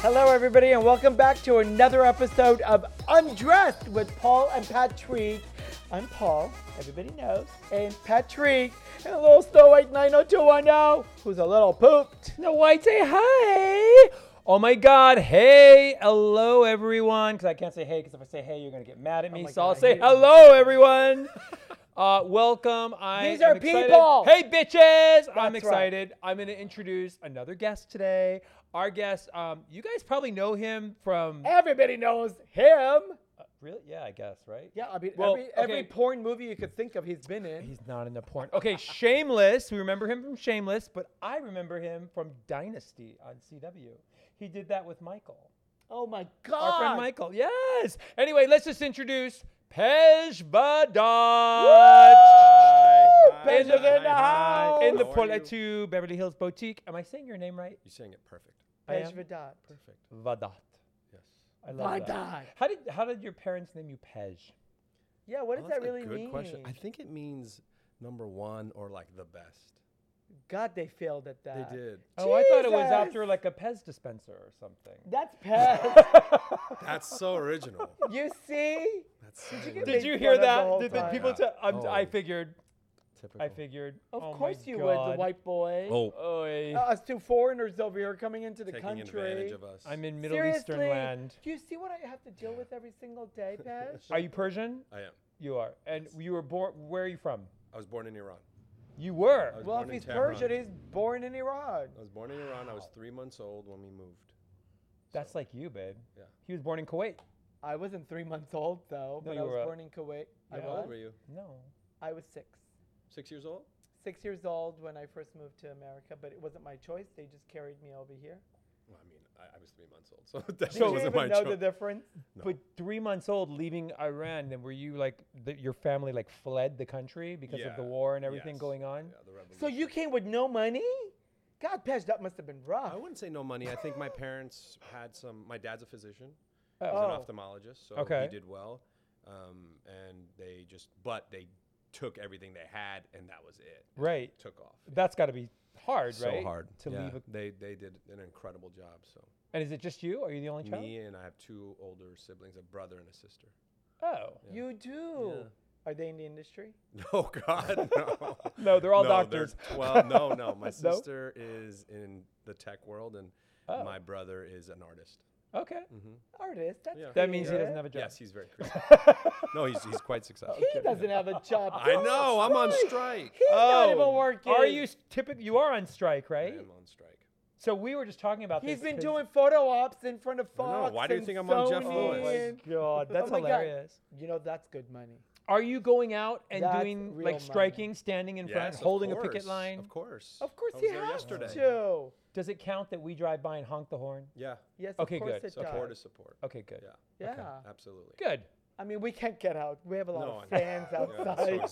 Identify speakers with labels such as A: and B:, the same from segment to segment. A: Hello, everybody, and welcome back to another episode of Undressed with Paul and Patrick. I'm Paul, everybody knows, and Patrick, and little Snow White 90210, who's a little pooped.
B: No White, say hi. Oh my God. Hey, hello, everyone. Because I can't say hey, because if I say hey, you're going to get mad at me.
A: Oh my
B: so
A: God,
B: I'll
A: I
B: say
A: hate it.
B: hello, everyone. uh, welcome. I
A: These
B: am
A: are
B: excited.
A: people.
B: Hey, bitches. I'm
A: right.
B: excited. I'm going to introduce another guest today. Our guest, um, you guys probably know him from.
A: Everybody knows him.
B: Really? Yeah, I guess, right?
A: Yeah, I mean,
B: Well,
A: every, every
B: okay.
A: porn movie you could think of, he's been in.
B: He's not in the porn. Okay, Shameless. We remember him from Shameless, but I remember him from Dynasty on CW. He did that with Michael.
A: oh my God.
B: Our friend Michael. Yes. Anyway, let's just introduce Pej Badot.
A: Pej is in the house.
B: In the
A: How are
B: Poletu Beverly Hills Boutique. Am I saying your name right?
C: You sang it perfect.
B: I
A: Pej
B: am.
A: Vidot.
C: Perfect.
B: Vadot.
C: Yes.
B: I love that.
A: Vadot.
B: How did how did your parents name you Pej?
A: Yeah, what does that really
C: Oh, a good
A: mean?
C: question. I think it means number one or like the best.
A: God, they failed at that.
C: they did.
B: Oh, I thought it was after
A: Jesus.
B: like a Pez dispenser or something.
A: That's Pej.
C: That's so original.
A: you see?
C: That's so
A: you get
C: original.
A: made
B: Did you
A: fun
B: hear
A: of the
B: that?
A: whole
B: Did the
A: time.
B: people?
C: Yeah.
B: T- I'm, I
C: Oh.
B: figured.
C: Typical.
B: I figured.
A: Of
B: Oh my
A: course you would, the
B: God.
A: white boy.
C: Oh,
B: Oy.
A: Uh, us two foreigners over here coming into the
C: taking
A: country.
C: advantage of us.
B: I'm in Middle
A: Seriously,
B: Eastern land.
A: Do you see what I have to deal with every single day, Pesh?
B: Are you Persian?
C: I am.
B: You are. And you were born. Where are you from?
C: I was born in Iran.
B: You were.
C: I was
A: well, if
C: born in
A: he's
C: Tehran.
A: Persian, he's born in Iran.
C: I was born in Iran. I was three months old when we moved.
B: That's like you, babe.
C: Yeah.
B: He was born in Kuwait.
A: I wasn't three months old though, but
B: you
A: I was
B: were a-
A: born in Kuwait. I
B: Yeah.
C: How
A: was.
C: old were you?
B: No.
A: I was six.
C: Six years old?
A: Six years old when I first moved to America, but it wasn't my choice. They just carried me over here.
C: Well, I mean, I, I was three months old, so that
A: Did you even
C: wasn't my
A: know
C: choice.
A: the difference?
B: But three months old, leaving Iran, then were you like the, your family like fled the country because of the
C: Yeah.
B: war and everything
C: Yes.
B: going on?
C: Yeah, the
A: So
C: revolution.
A: you came with no money? God, Pesh, that must have been rough.
C: I wouldn't say no money. I think my parents had some. My dad's a physician. He's
B: Oh.
C: an
A: Oh.
C: ophthalmologist, so
B: Okay.
C: he did well. Um, and they just, but they took everything they had, and that was it. It
B: Right.
C: Took off.
B: That's got to be hard,
C: So
B: right?
C: hard
B: to
C: Yeah.
B: leave. A,
C: They they did an incredible job. So
B: and is it just you? Are you the only child?
C: me and I have two older siblings, a brother and a sister.
B: Oh.
A: You do. Are they in the industry?
C: Oh God, no.
B: No, they're all
C: there's
B: doctors.
C: Twelve. No, no. My
B: No?
C: sister is in the tech world, and
B: Oh.
C: my brother is an artist.
B: Okay.
A: Artist. That's
C: Mm-hmm. Yeah.
B: That means he doesn't
A: creative.
B: have a job.
C: Yes, he's very creative. no, he's he's quite successful.
A: He doesn't have a job.
C: I know. I'm on strike.
A: He's
C: Oh,
A: not even working.
B: Are you typically you are on strike,
C: I
B: right?
C: am on strike.
B: So we were just talking about
A: He's
B: this.
A: been
B: 'cause-
A: doing photo ops in front of
C: I know.
A: Fox.
C: Why do you
A: and
C: think I'm on Jeff
A: Sony
C: Lois?
B: Oh my
A: and-
B: god, that's
A: Oh my God.
B: hilarious.
A: You know that's good money.
B: Are you going out and
A: That's
B: doing
A: real
B: like
A: money.
B: striking, standing in
C: Yes,
B: front,
C: of
B: holding a
C: course,
B: picket line?
C: Of course.
A: Of course
C: I
A: he
C: was there
A: has
C: yesterday.
A: to.
B: Does it count that we drive by and honk the horn?
C: Yeah.
A: Yes,
B: Okay,
A: of course
B: good.
A: it
C: Support
A: does.
C: is support.
B: Okay, good.
C: Yeah.
A: Yeah.
C: Absolutely.
B: Good.
A: I mean, we can't get out. We have a lot
C: No,
A: of
C: I know.
A: fans
C: Yeah, it's so
A: outside.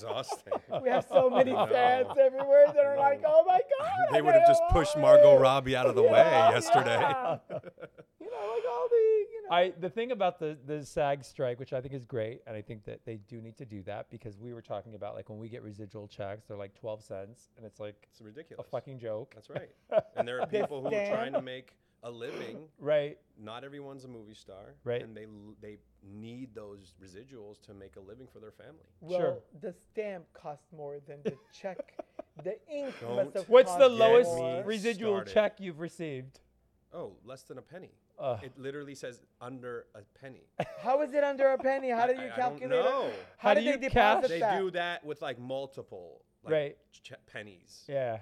C: exhausting.
A: we have so many
C: No.
A: fans everywhere that are like, oh my God.
C: they would have just
A: where
C: pushed
A: are
C: Margot
A: you?"
C: Robbie out of the
A: Yeah,
C: way yesterday.
A: yeah. you know, like all the, you know.
B: I the thing about the the SAG strike, which I think is great, and I think that they do need to do that because we were talking about like when we get residual checks, they're like twelve cents, and it's like
C: It's
B: a
C: ridiculous.
B: fucking joke,
C: That's right. And there are
A: They
C: people who are
A: stand.
C: trying to make a living.
B: right?
C: Not everyone's a movie star,
B: Right.
C: And they l- they need those residuals to make a living for their family.
A: Well,
B: Sure.
A: the stamp costs more than the check. the ink must
C: Don't
A: have
B: What's the
A: cost
B: lowest
A: more.
C: me
B: residual
C: started.
B: check you've received?
C: Oh, less than a penny.
B: Ugh.
C: it literally says under a penny.
A: How is it under a penny? How did
C: I-
A: you
C: I don't
A: calculate it?
C: know.
A: How,
B: How
A: did
B: do
A: they
B: you
A: deposit
B: cash-
C: They
A: that?
C: do that with like multiple like
B: Right.
C: ch- pennies,
B: Yeah.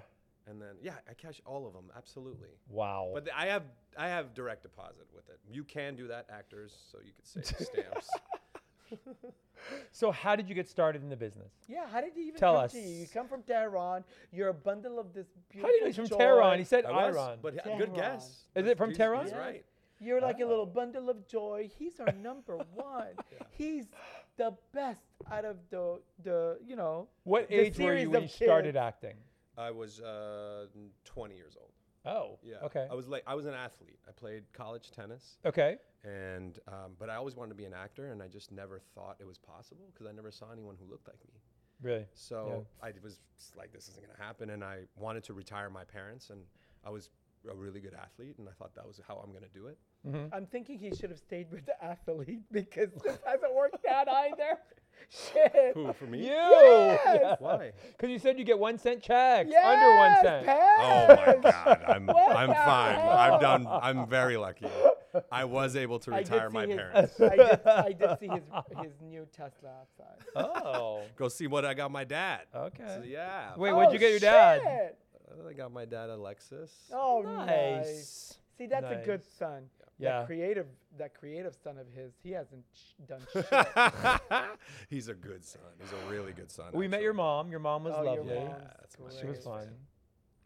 C: and then yeah, I cash all of them absolutely.
B: Wow.
C: But th- I have I have direct deposit with it. You can do that, actors, so you could save stamps.
B: so how did you get started in the business?
A: Yeah, how did he even
B: Tell
A: come to you?
B: us.
A: You come from Tehran. You're a bundle of this
B: How
A: beautiful
B: do you know he's from
A: joy.
B: Tehran? He said
C: I was,
B: Iran.
C: but h-
A: Tehran.
C: good guess.
A: Is
B: it
C: That's-
B: from
C: he's-
B: Tehran?
C: He's
A: Yeah.
C: right.
A: You're
B: "Ah."
A: like a little bundle of joy. He's our number one. He's the best out of the the you know.
B: What
A: the
B: age were
A: series
B: you when you
A: of
B: started
A: kids.
B: acting?
C: I was uh, 20 years old.
B: Oh,
C: Yeah.
B: Okay.
C: I was like I was an athlete. I played college tennis,
B: Okay.
C: and um, but I always wanted to be an actor, and I just never thought it was possible because I never saw anyone who looked like me.
B: Really?
C: So I was just like, this isn't gonna happen, and I wanted to retire my parents, and I was a really good athlete, and I thought that was how I'm going to do it.
A: I'm thinking he should have stayed with the athlete because this hasn't worked out either. Shit.
C: Who for me?
B: You.
A: Yes!
C: Why?
B: Because you said you get one cent checks
A: Yes,
B: under one cent.
C: Oh
A: Pat!
C: my God! I'm
A: What
C: I'm
A: the
C: fine.
A: hell?
C: I've done. I'm very lucky. I was able to
A: I did
C: retire
A: see
C: my
A: his-
C: parents.
A: I did, I did see his, his new Tesla outside.
B: Oh.
C: Go see what I got my dad.
B: Okay.
C: So, yeah.
B: Wait, what'd
A: Oh,
B: you get your dad?
A: shit.
C: I got my dad a Lexus.
A: Oh, nice.
B: Nice.
A: See, that's a good
B: Nice.
A: son.
B: Yeah.
A: That creative, that creative son of his, he hasn't sh- done shit.
C: He's a good son. He's a really good son.
B: We met your
C: actually.
B: mom. Your mom was
A: Oh, your
B: lovely.
A: mom's
C: that's my
B: She was
A: great.
B: fun.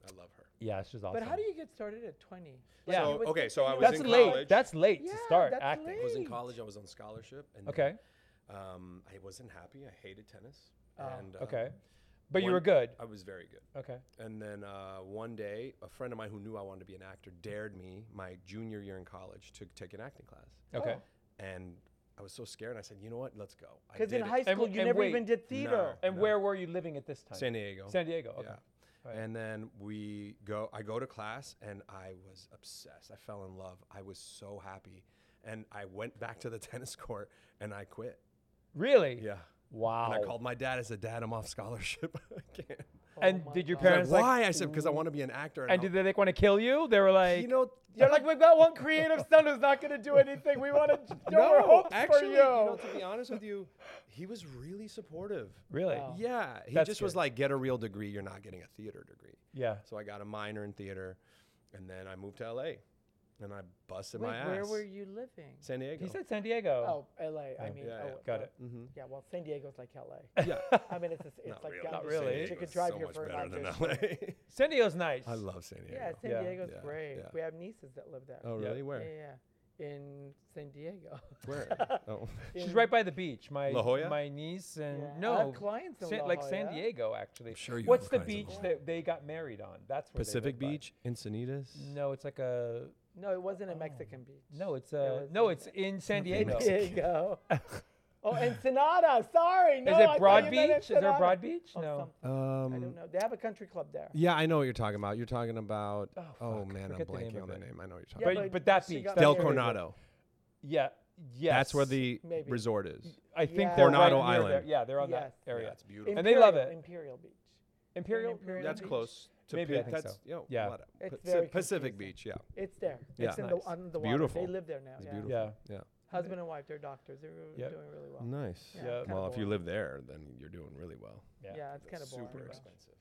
C: I love her.
B: Yeah, she was awesome.
A: But how do you get started at 20?
B: Yeah.
A: you
B: So,
A: would
C: okay,
A: think
C: so
A: that
C: I
A: you
C: was
B: That's
A: would-
C: in
B: late.
C: college.
B: That's late
A: Yeah,
B: to start
A: that's
B: acting.
C: I was in
A: Great.
C: college. I was on scholarship. And
B: Okay.
C: Um, I wasn't happy. I hated tennis.
A: Oh,
C: and, uh,
B: Okay. But you
C: one-
B: were good.
C: I was very good.
B: Okay.
C: And then uh, one day, a friend of mine who knew I wanted to be an actor dared me my junior year in college to take an acting class.
A: Oh,
B: Okay.
C: And I was so scared. I said, you know what? Let's go. I
A: Because in
C: did it.
A: high
B: And
A: school,
B: w-
A: you
B: and
A: never
B: wait.
A: even did theater.
C: No.
B: And where were you living at this time?
C: San Diego.
B: San Diego. Okay.
C: Yeah.
B: Right.
C: And then we go. I go to class, and I was obsessed. I fell in love. I was so happy, and I went back to the tennis court, and I quit.
B: Really?
C: Yeah.
B: Wow.
C: And I called my dad. I said, "Dad, I'm off scholarship. I can't."
A: Oh
B: And
A: my
B: did your
A: God.
C: He's like,
B: parents like?
C: Why? I said, "Because I want to be an actor."
B: And
C: I'll-
B: did they like want to kill you? They were like,
C: you know?
A: They're like, we've got one creative son who's not going to do anything. We want to do our hopes for
C: actually,
A: you.
C: know, to be honest with you, he was really supportive.
B: really?
A: Wow.
C: Yeah, he
B: Oh, That's
C: just was
B: good.
C: like, "Get a real degree. You're not getting a theater degree."
B: Yeah.
C: So I got a minor in theater, and then I moved to LA, and I busted
A: Wait,
C: my ass.
A: where were you living?
C: San Diego.
B: He said San Diego.
A: Oh, LA. I
B: Oh,
A: mean,
C: yeah,
A: oh,
C: yeah.
B: Got
A: uh,
B: it.
C: mm-hmm.
A: Yeah, well, San Diego's like LA.
C: Yeah.
A: I mean, it's, just, it's
C: Not
A: like
C: really.
A: down
B: Not
A: the
B: really.
A: street. You could drive
C: so
A: here
C: much
A: for
C: better
A: about
C: than
A: this-
C: LA.
B: San Diego's nice.
C: I love San Diego.
A: Yeah, San
B: Yeah.
A: Diego's
C: Yeah,
A: great.
C: yeah.
A: We have nieces that live there.
C: Oh
B: Yeah.
C: really?
A: yeah,
C: Where?
A: yeah, yeah. in San Diego.
C: Where? Oh.
B: She's
A: In-
B: right by the beach. My
C: La Jolla?
B: my niece and
A: Yeah.
B: no
A: I have clients in
B: San-
A: La
B: like San
A: Jolla.
B: Diego actually.
C: sure you have
B: What's
C: all
B: the
C: kinds of
B: beach
C: them.
B: that they got married on? That's where they
C: Pacific
B: live by.
C: Beach, Encinitas.
B: No, it's like a
A: No, it wasn't a Mexican beach.
B: Oh. no. It's
A: There
B: a
A: was
B: no.
A: a-
B: It's in San
A: San
B: Diego. Is
A: Diego. oh, Ensenada. Sorry. No, I
B: it
A: thought
B: Broad
A: you
B: Beach?
A: meant
B: Is there a
A: Ensenada.
B: Broad Beach?
A: Oh,
B: No. Mm.
A: something. I
C: Um,
A: don't know. They have a country club there.
C: yeah, I know what you're talking about. You're talking about. Oh,
B: fuck,
C: man, I'm
B: forget the name
C: blanking
B: of
C: on the
B: it.
C: name. I know what you're
A: Yeah,
C: talking
B: but,
A: but
B: but that
A: she
B: beach.
A: got
B: that's
C: about. Del
A: but-
B: where they live.
C: Coronado.
B: Yeah. Yes.
C: That's where the
A: Maybe.
C: resort is.
B: I think
A: Yeah.
B: they're right
C: Coronado
B: near there.
C: Island.
B: Yeah, they're on
A: Yes.
B: that area.
C: it's beautiful.
B: And they love it.
A: Imperial Beach.
B: Imperial.
A: Imperial
B: That's
C: That's
A: Beach.
C: close. To
B: Maybe
C: Pi-
B: I think
C: that's,
B: so.
C: you know,
B: Yeah.
C: a lot of-
A: It's
C: Paci-
A: very
C: Pacific
A: confusing.
C: Beach. Yeah.
A: It's there.
C: Yeah.
A: It's in
B: Nice.
A: the on the water.
C: beautiful.
A: They live there now.
C: It's
A: yeah.
C: beautiful.
B: Yeah.
C: Yeah.
A: Husband and wife, they're doctors. They're
B: Yep.
A: doing really well.
C: Nice.
A: Yeah,
B: Yeah.
A: kinda
C: Well, if you
A: boring.
C: live there, then you're doing really well.
B: Yeah.
A: Yeah, it's kind of boring.
C: Super
A: though.
C: expensive.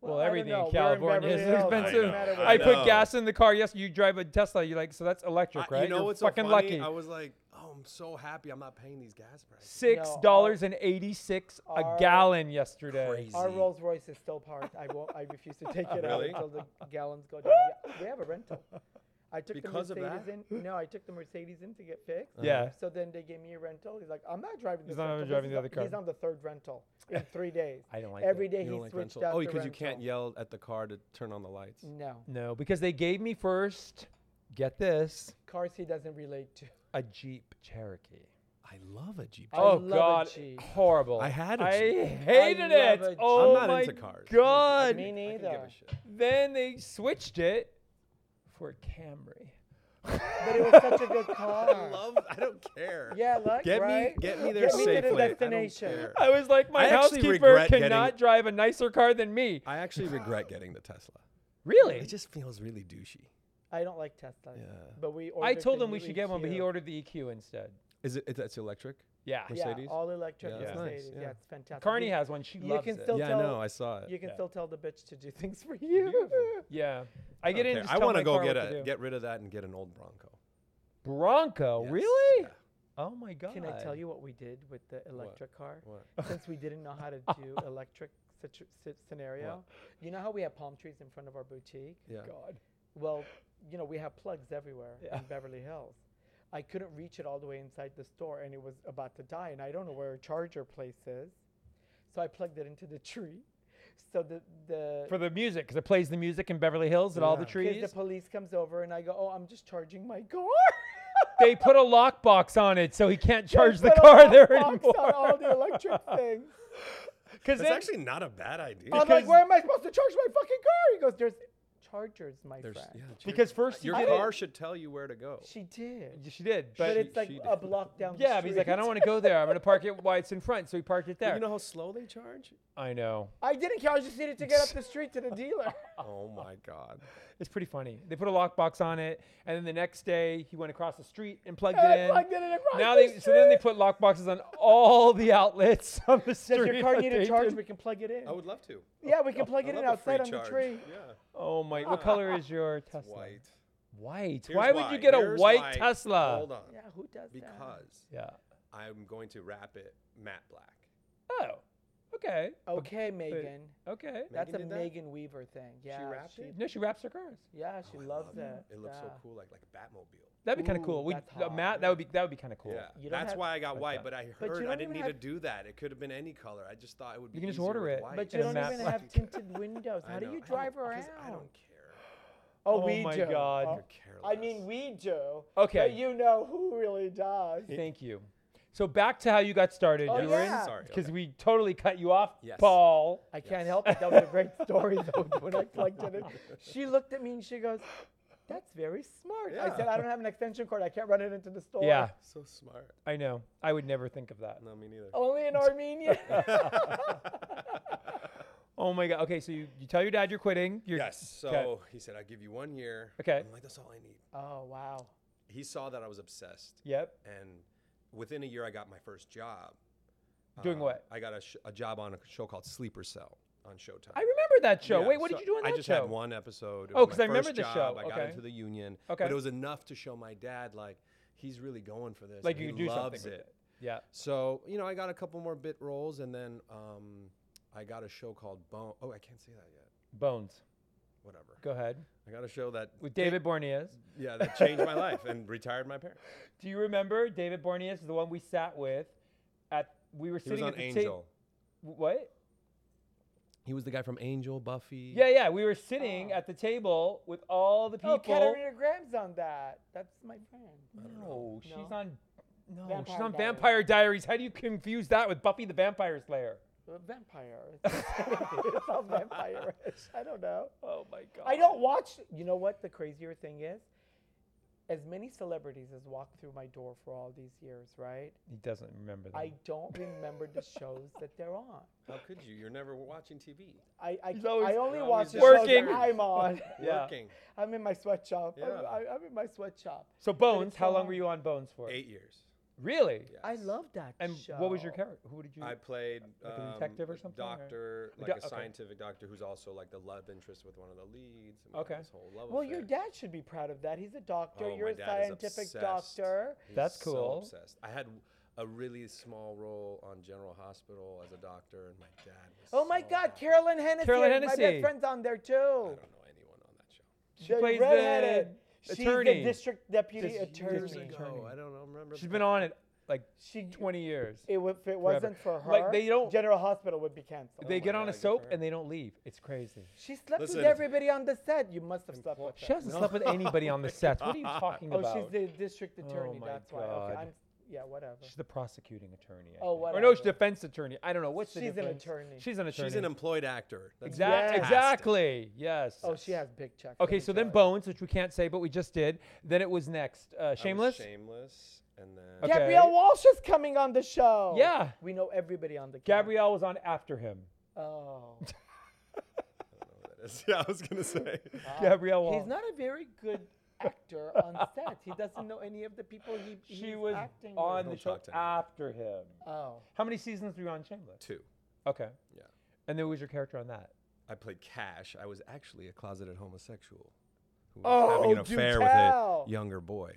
B: Well,
A: I don't
B: everything in
A: know. We're
B: California is
A: Beverly Hills. Doesn't
B: expensive.
A: matter where
B: I
A: you
C: know.
B: put gas in the car. Yes, you drive a Tesla. You're like, so that's electric,
C: I-
B: right?
C: You know
B: You're
C: what's so
B: fucking
C: funny?
B: lucky.
C: I was like, oh, I'm so happy I'm not paying these gas prices.
B: Six
A: No,
B: dollars and eighty six a
A: our-
B: gallon yesterday.
C: Crazy.
A: Our Rolls Royce is still parked. I won't. I refuse to take it
C: Really?
A: out until the gallons go down. Yeah, we have a rental. I took
C: Because
A: the
C: of that?
A: Mercedes in. No, I took the Mercedes in to get fixed.
B: Yeah.
A: So then they gave me a rental. He's like, I'm not driving.
B: He's
A: This
B: not
A: rental.
B: driving
A: This
B: the
A: is
B: other car."
A: He's on the third rental in three days.
B: I don't like
A: Every
B: that.
A: day
C: You
A: he
C: don't like
A: switched
C: rental?
A: out.
C: Oh,
A: the
C: because you can't
A: rental.
C: yell at the car to turn on the lights.
A: No,
B: No, because they gave me first. Get this,
A: cars he doesn't relate to.
B: a Jeep Cherokee.
C: I love a Jeep.
A: I
B: oh
A: love a
B: God,
A: Jeep.
B: horrible.
C: I had a
B: I
C: Jeep.
B: hated
A: I love a
B: it.
A: Jeep.
B: Oh
C: I'm not
B: my
C: into cars.
B: God.
A: Me
C: I could give
A: neither.
C: a shit.
B: Then they switched it for a Camry.
A: But it was such a good
C: I
A: car.
C: love. I don't care.
A: Yeah, like
C: Get
A: right?
C: me, get me there
A: Get me to the
C: safely. I don't
A: destination.
C: care.
B: I was like, my
C: I actually
B: housekeeper
C: regret getting-
B: cannot drive a nicer car than me.
C: I actually regret getting the Tesla.
B: Really?
C: It just feels really douchey.
A: I don't like Tesla.
C: Yeah.
A: But we.
B: I
A: ordered
B: told
A: the
B: him we
A: new
B: should get one, but he
A: EQ.
B: ordered the EQ instead.
C: Is it? It's, it's electric.
B: Yeah.
C: Yeah.
A: Yeah,
C: Mercedes?
A: all electric
C: Yeah,
B: that's nice,
A: Mercedes. Yeah.
C: yeah.
A: it's fantastic.
B: Carney
A: You-
B: has one. She
A: you
B: loves
A: can
B: it.
A: still- They'll
C: yeah, I
A: tell-
C: know. I saw it.
A: You can
B: Yeah.
A: still tell the bitch to do things for you.
B: yeah. I get in.
C: Okay,
B: and just
C: I
B: tell
C: want
B: my
C: to go
B: car what
C: get
B: to do.
C: a get rid of that and get an old Bronco.
B: Bronco.
C: Yes,
B: Really?
C: yeah.
B: Oh my god.
A: Can I tell you what we did with the electric car?
C: What?
A: Since we didn't know how to do electric situ- si- scenario, you know how we have palm trees in front of our boutique?
C: Yeah.
B: God.
A: Well, you know, we have plugs everywhere
B: Yeah.
A: in Beverly Hills. I couldn't reach it all the way inside the store and it was about to die and I don't know where a charger place is. So I plugged it into the tree. So the the
B: For the music, because it plays the music in Beverly Hills and all the
C: Yeah. 'Cause
A: 'cause
B: trees.
A: the police comes over and I go, "Oh, I'm just charging my car."
B: they put a lockbox on it so he can't
A: They
B: charge the
A: put a
B: car there
A: lockbox On all
B: anymore.
A: the electric things.
B: Because
C: That's actually not a bad idea.
A: I'm like,
B: Because-
A: where am I supposed to charge my fucking car? He goes, there's chargers, my
C: There's,
A: friend.
C: yeah, cheers.
B: Because first you
C: your
B: get
C: car
B: it.
C: should tell you where to go.
A: She did.
B: Yeah, She did,
A: But,
B: but
A: it's like
C: she
A: a
C: did.
A: block down the
B: yeah. But he's like, I don't
A: street.
B: want to go there. I'm gonna park it while it's in front. So he parked it
C: But
B: there.
C: you know how slow they charge?
B: I know.
A: I didn't care. I just needed to get up the street to the dealer.
C: Oh my god.
B: It's pretty funny. They put a lockbox on it, and then the next day he went across the street and plugged
A: And
B: it
A: I
B: in.
A: plugged it in across
B: now
A: the
B: they so then they put lockboxes on all the outlets on the street.
A: Does your car
B: that
A: need a
B: they
A: charge?
B: do.
A: We can plug it in.
C: I would love to.
A: yeah, we can plug
C: I
A: it in
C: love a free
A: outside on the
C: charge.
A: tree.
C: Yeah.
B: Oh my! What color is your Tesla?
C: White.
B: White.
C: Here's
B: why, would you get a
C: Here's
B: white
C: why.
B: Tesla?
C: Hold on.
A: Yeah, who does that?
C: Because
B: Yeah.
C: I'm going to wrap it matte black.
B: Oh. Okay.
A: Okay, Megan.
B: Okay.
A: That's a
C: did that?
A: Megan Weaver thing. Yeah,
C: wrapped it? Oh,
B: No, she wraps her cars.
A: Yeah, she
C: I
A: loves
C: love
A: it.
C: It looks so
A: Yeah.
C: cool, like like a Batmobile.
B: That'd be kind
A: Ooh,
B: of cool. We,
A: that's
B: uh,
A: hot.
B: Matt, that would be that would be kind of cool.
C: Yeah,
A: You don't
C: that's
A: have-
C: why I got
B: Like
C: white.
B: that.
C: But I
A: But you
C: heard
A: don't
C: I didn't
A: even
C: need
A: have-
C: to do that. It could have been any color. I just thought it would be.
B: You can just
C: easier
B: order
C: with
B: it,
C: white.
A: But you
B: And a
A: don't
B: map
A: even
B: like-
A: have tinted windows.
C: I
A: How do
C: know.
A: you
C: I
A: drive
C: don't-
A: around?
C: because I don't care.
A: Oh,
B: Oh
A: we
B: my
A: do.
B: God.
A: Oh.
B: You're
C: care
A: I
C: less.
A: mean, we do.
B: Okay.
A: But you know who really does.
B: Thank you. So back to how you got started.
A: Oh,
B: you were
A: yeah.
B: in
C: Sorry,
B: because
C: okay.
B: we totally cut you off,
C: Yes.
B: Paul.
A: I can't help it. That was a great story, though, when I plugged it in. She looked at me and she goes, That's very smart. I said,
C: Yeah.
A: I don't have an extension cord. I can't run it into the store.
B: Yeah,
C: So smart.
B: I know. I would never think of that.
C: No, me neither.
A: Only in Armenia.
B: Oh my god. Okay, so you, you tell your dad you're quitting. You're,
C: Yes. So he said, "I'll give you one year."
B: Okay.
C: I'm like, "That's all I need."
A: oh, wow.
C: He saw that I was obsessed,
B: Yep.
C: and within a year, I got my first job. Uh,
B: Doing what?
C: I got a, sh- a job on a show called Sleeper Cell on Showtime.
B: I remember that show.
C: Yeah,
B: Wait, what
C: so
B: did you do on that
C: I just
B: show?
C: had one episode. It
B: Oh,
C: was
B: 'cause
C: my
B: I remember
C: first
B: the
C: job.
B: show.
C: I got
B: Okay.
C: into the union.
B: Okay.
C: But it was enough to show my dad, like, he's really going for this.
B: Like
C: and
B: you
C: he
B: could do something
C: loves
B: with
C: it.
B: it. Yeah.
C: So, you know, I got a couple more bit roles, and then um, I got a show called Bone. Oh, I can't say that yet.
B: Bones.
C: Whatever.
B: Go ahead.
C: I got a show that.
B: With David Borneas.
C: Yeah, that changed my life and retired my parents.
B: Do you remember David Borneas is the one we sat with at we were
C: He was
B: sitting
C: on
B: at the ta-
C: Angel.
B: what?
C: He was the guy from Angel, Buffy.
B: Yeah, yeah. We were sitting at the table with all the people.
A: Oh, Katarina Graham's on that. That's my friend.
B: No, she's
A: No?
B: on. No, she's
A: Vampire
B: on
A: Diaries.
B: Vampire Diaries. How do you confuse that with Buffy the Vampire Slayer?
A: A vampire. it's all vampire I don't know.
B: Oh my god.
A: I don't watch. You know what the crazier thing is? As many celebrities as walked through my door for all these years, right?
B: He doesn't remember that.
A: I don't remember the shows that they're on.
C: How could you? You're never watching TV.
A: I I,
B: He's
A: ca-
B: always-
A: I only
C: You're
A: watch
C: always
A: the shows
B: working.
A: that I'm on.
B: Yeah.
C: Working.
A: I'm in my sweatshop. I'm-
C: Yeah.
A: I, I'm in my sweatshop.
B: so Bones.
A: it's
B: How
A: so
B: long
A: long.
B: were you on Bones for?
C: Eight years.
B: Really?
C: Yes.
A: I love that
B: And what was your
A: show.
B: character? Who did you?
C: I played
B: like a
C: um,
B: detective or
C: a
B: something, or-
C: Doctor,
B: A
C: like
B: doc-
C: a
B: okay.
C: scientific doctor who's also like the love interest with one of the leads. And we had
B: Okay.
C: This whole love
A: Well,
C: affair.
A: your dad should be proud of that. He's a doctor.
C: Oh,
A: You're
C: my
A: a
C: dad is
A: scientific
C: obsessed.
A: doctor.
C: He's
B: That's
C: so
B: cool.
C: obsessed. I had a really small role on General Hospital as a doctor, and my dad. Was
A: Oh my
C: so
A: God,
C: happy.
A: Carolyn Hennessy.
B: Carolyn
A: My
B: Hennessy.
A: best friend's on there
C: I
A: too.
C: don't know anyone on that show.
B: She plays the
A: redheaded. She's
B: attorney.
A: the district deputy
B: Just
A: attorney.
B: years ago.
C: No, I don't know, remember.
B: She's
C: the-
B: been on it like
A: She
B: 20 years.
A: It, wa- if it wasn't for her,
B: Like, they don't-
A: General Hospital would be canceled.
B: they
C: Oh my
B: get on
C: God,
B: a
C: good for
B: soap
C: her.
B: and they don't leave. It's crazy.
A: she slept with
C: Listen.
A: everybody on the set. You must have slept with
B: She
A: her.
B: hasn't slept with anybody on the set. What are you talking
A: Oh,
B: about?
A: she's the district
C: Oh
A: attorney.
B: my
A: that's why. Okay,
B: God.
A: I'm, yeah, whatever.
B: She's the prosecuting attorney. I
A: Oh,
B: think. Or no,
A: whatever.
B: she's defense attorney. I don't know. What's the
A: She's an
B: difference?
A: attorney.
B: She's an attorney.
C: She's an employed actor. That's
B: Exact-
A: Yes.
B: Exactly. Yes.
A: Oh, she has big checks. let
B: Okay,
A: me
B: so
A: tell
B: then
A: you.
B: Bones, which we can't say, but we just did. Then it was next. Uh,
C: I was
B: Shameless?
C: Shameless, and then
B: Okay.
A: Gabrielle Walsh is coming on the show.
B: Yeah.
A: we know everybody on the. cast.
B: Gabrielle was on after him.
A: Oh,
C: I don't know who that is. Yeah, I was gonna say.
B: Gabrielle Walsh.
A: Oh. he's not a very good actor on set. He doesn't know any of the people he.
B: she
A: he's
B: was
A: acting
B: on
A: with.
B: the
C: Don't
B: show
C: talk to him.
B: after him.
A: Oh,
B: How many seasons were you on Shameless?
C: Two.
B: Okay.
C: Yeah.
B: And then who was your character on that?
C: I played Cash. I was actually a closeted homosexual who
A: Oh,
C: was having an
A: do
C: affair
A: tell.
C: with a younger boy.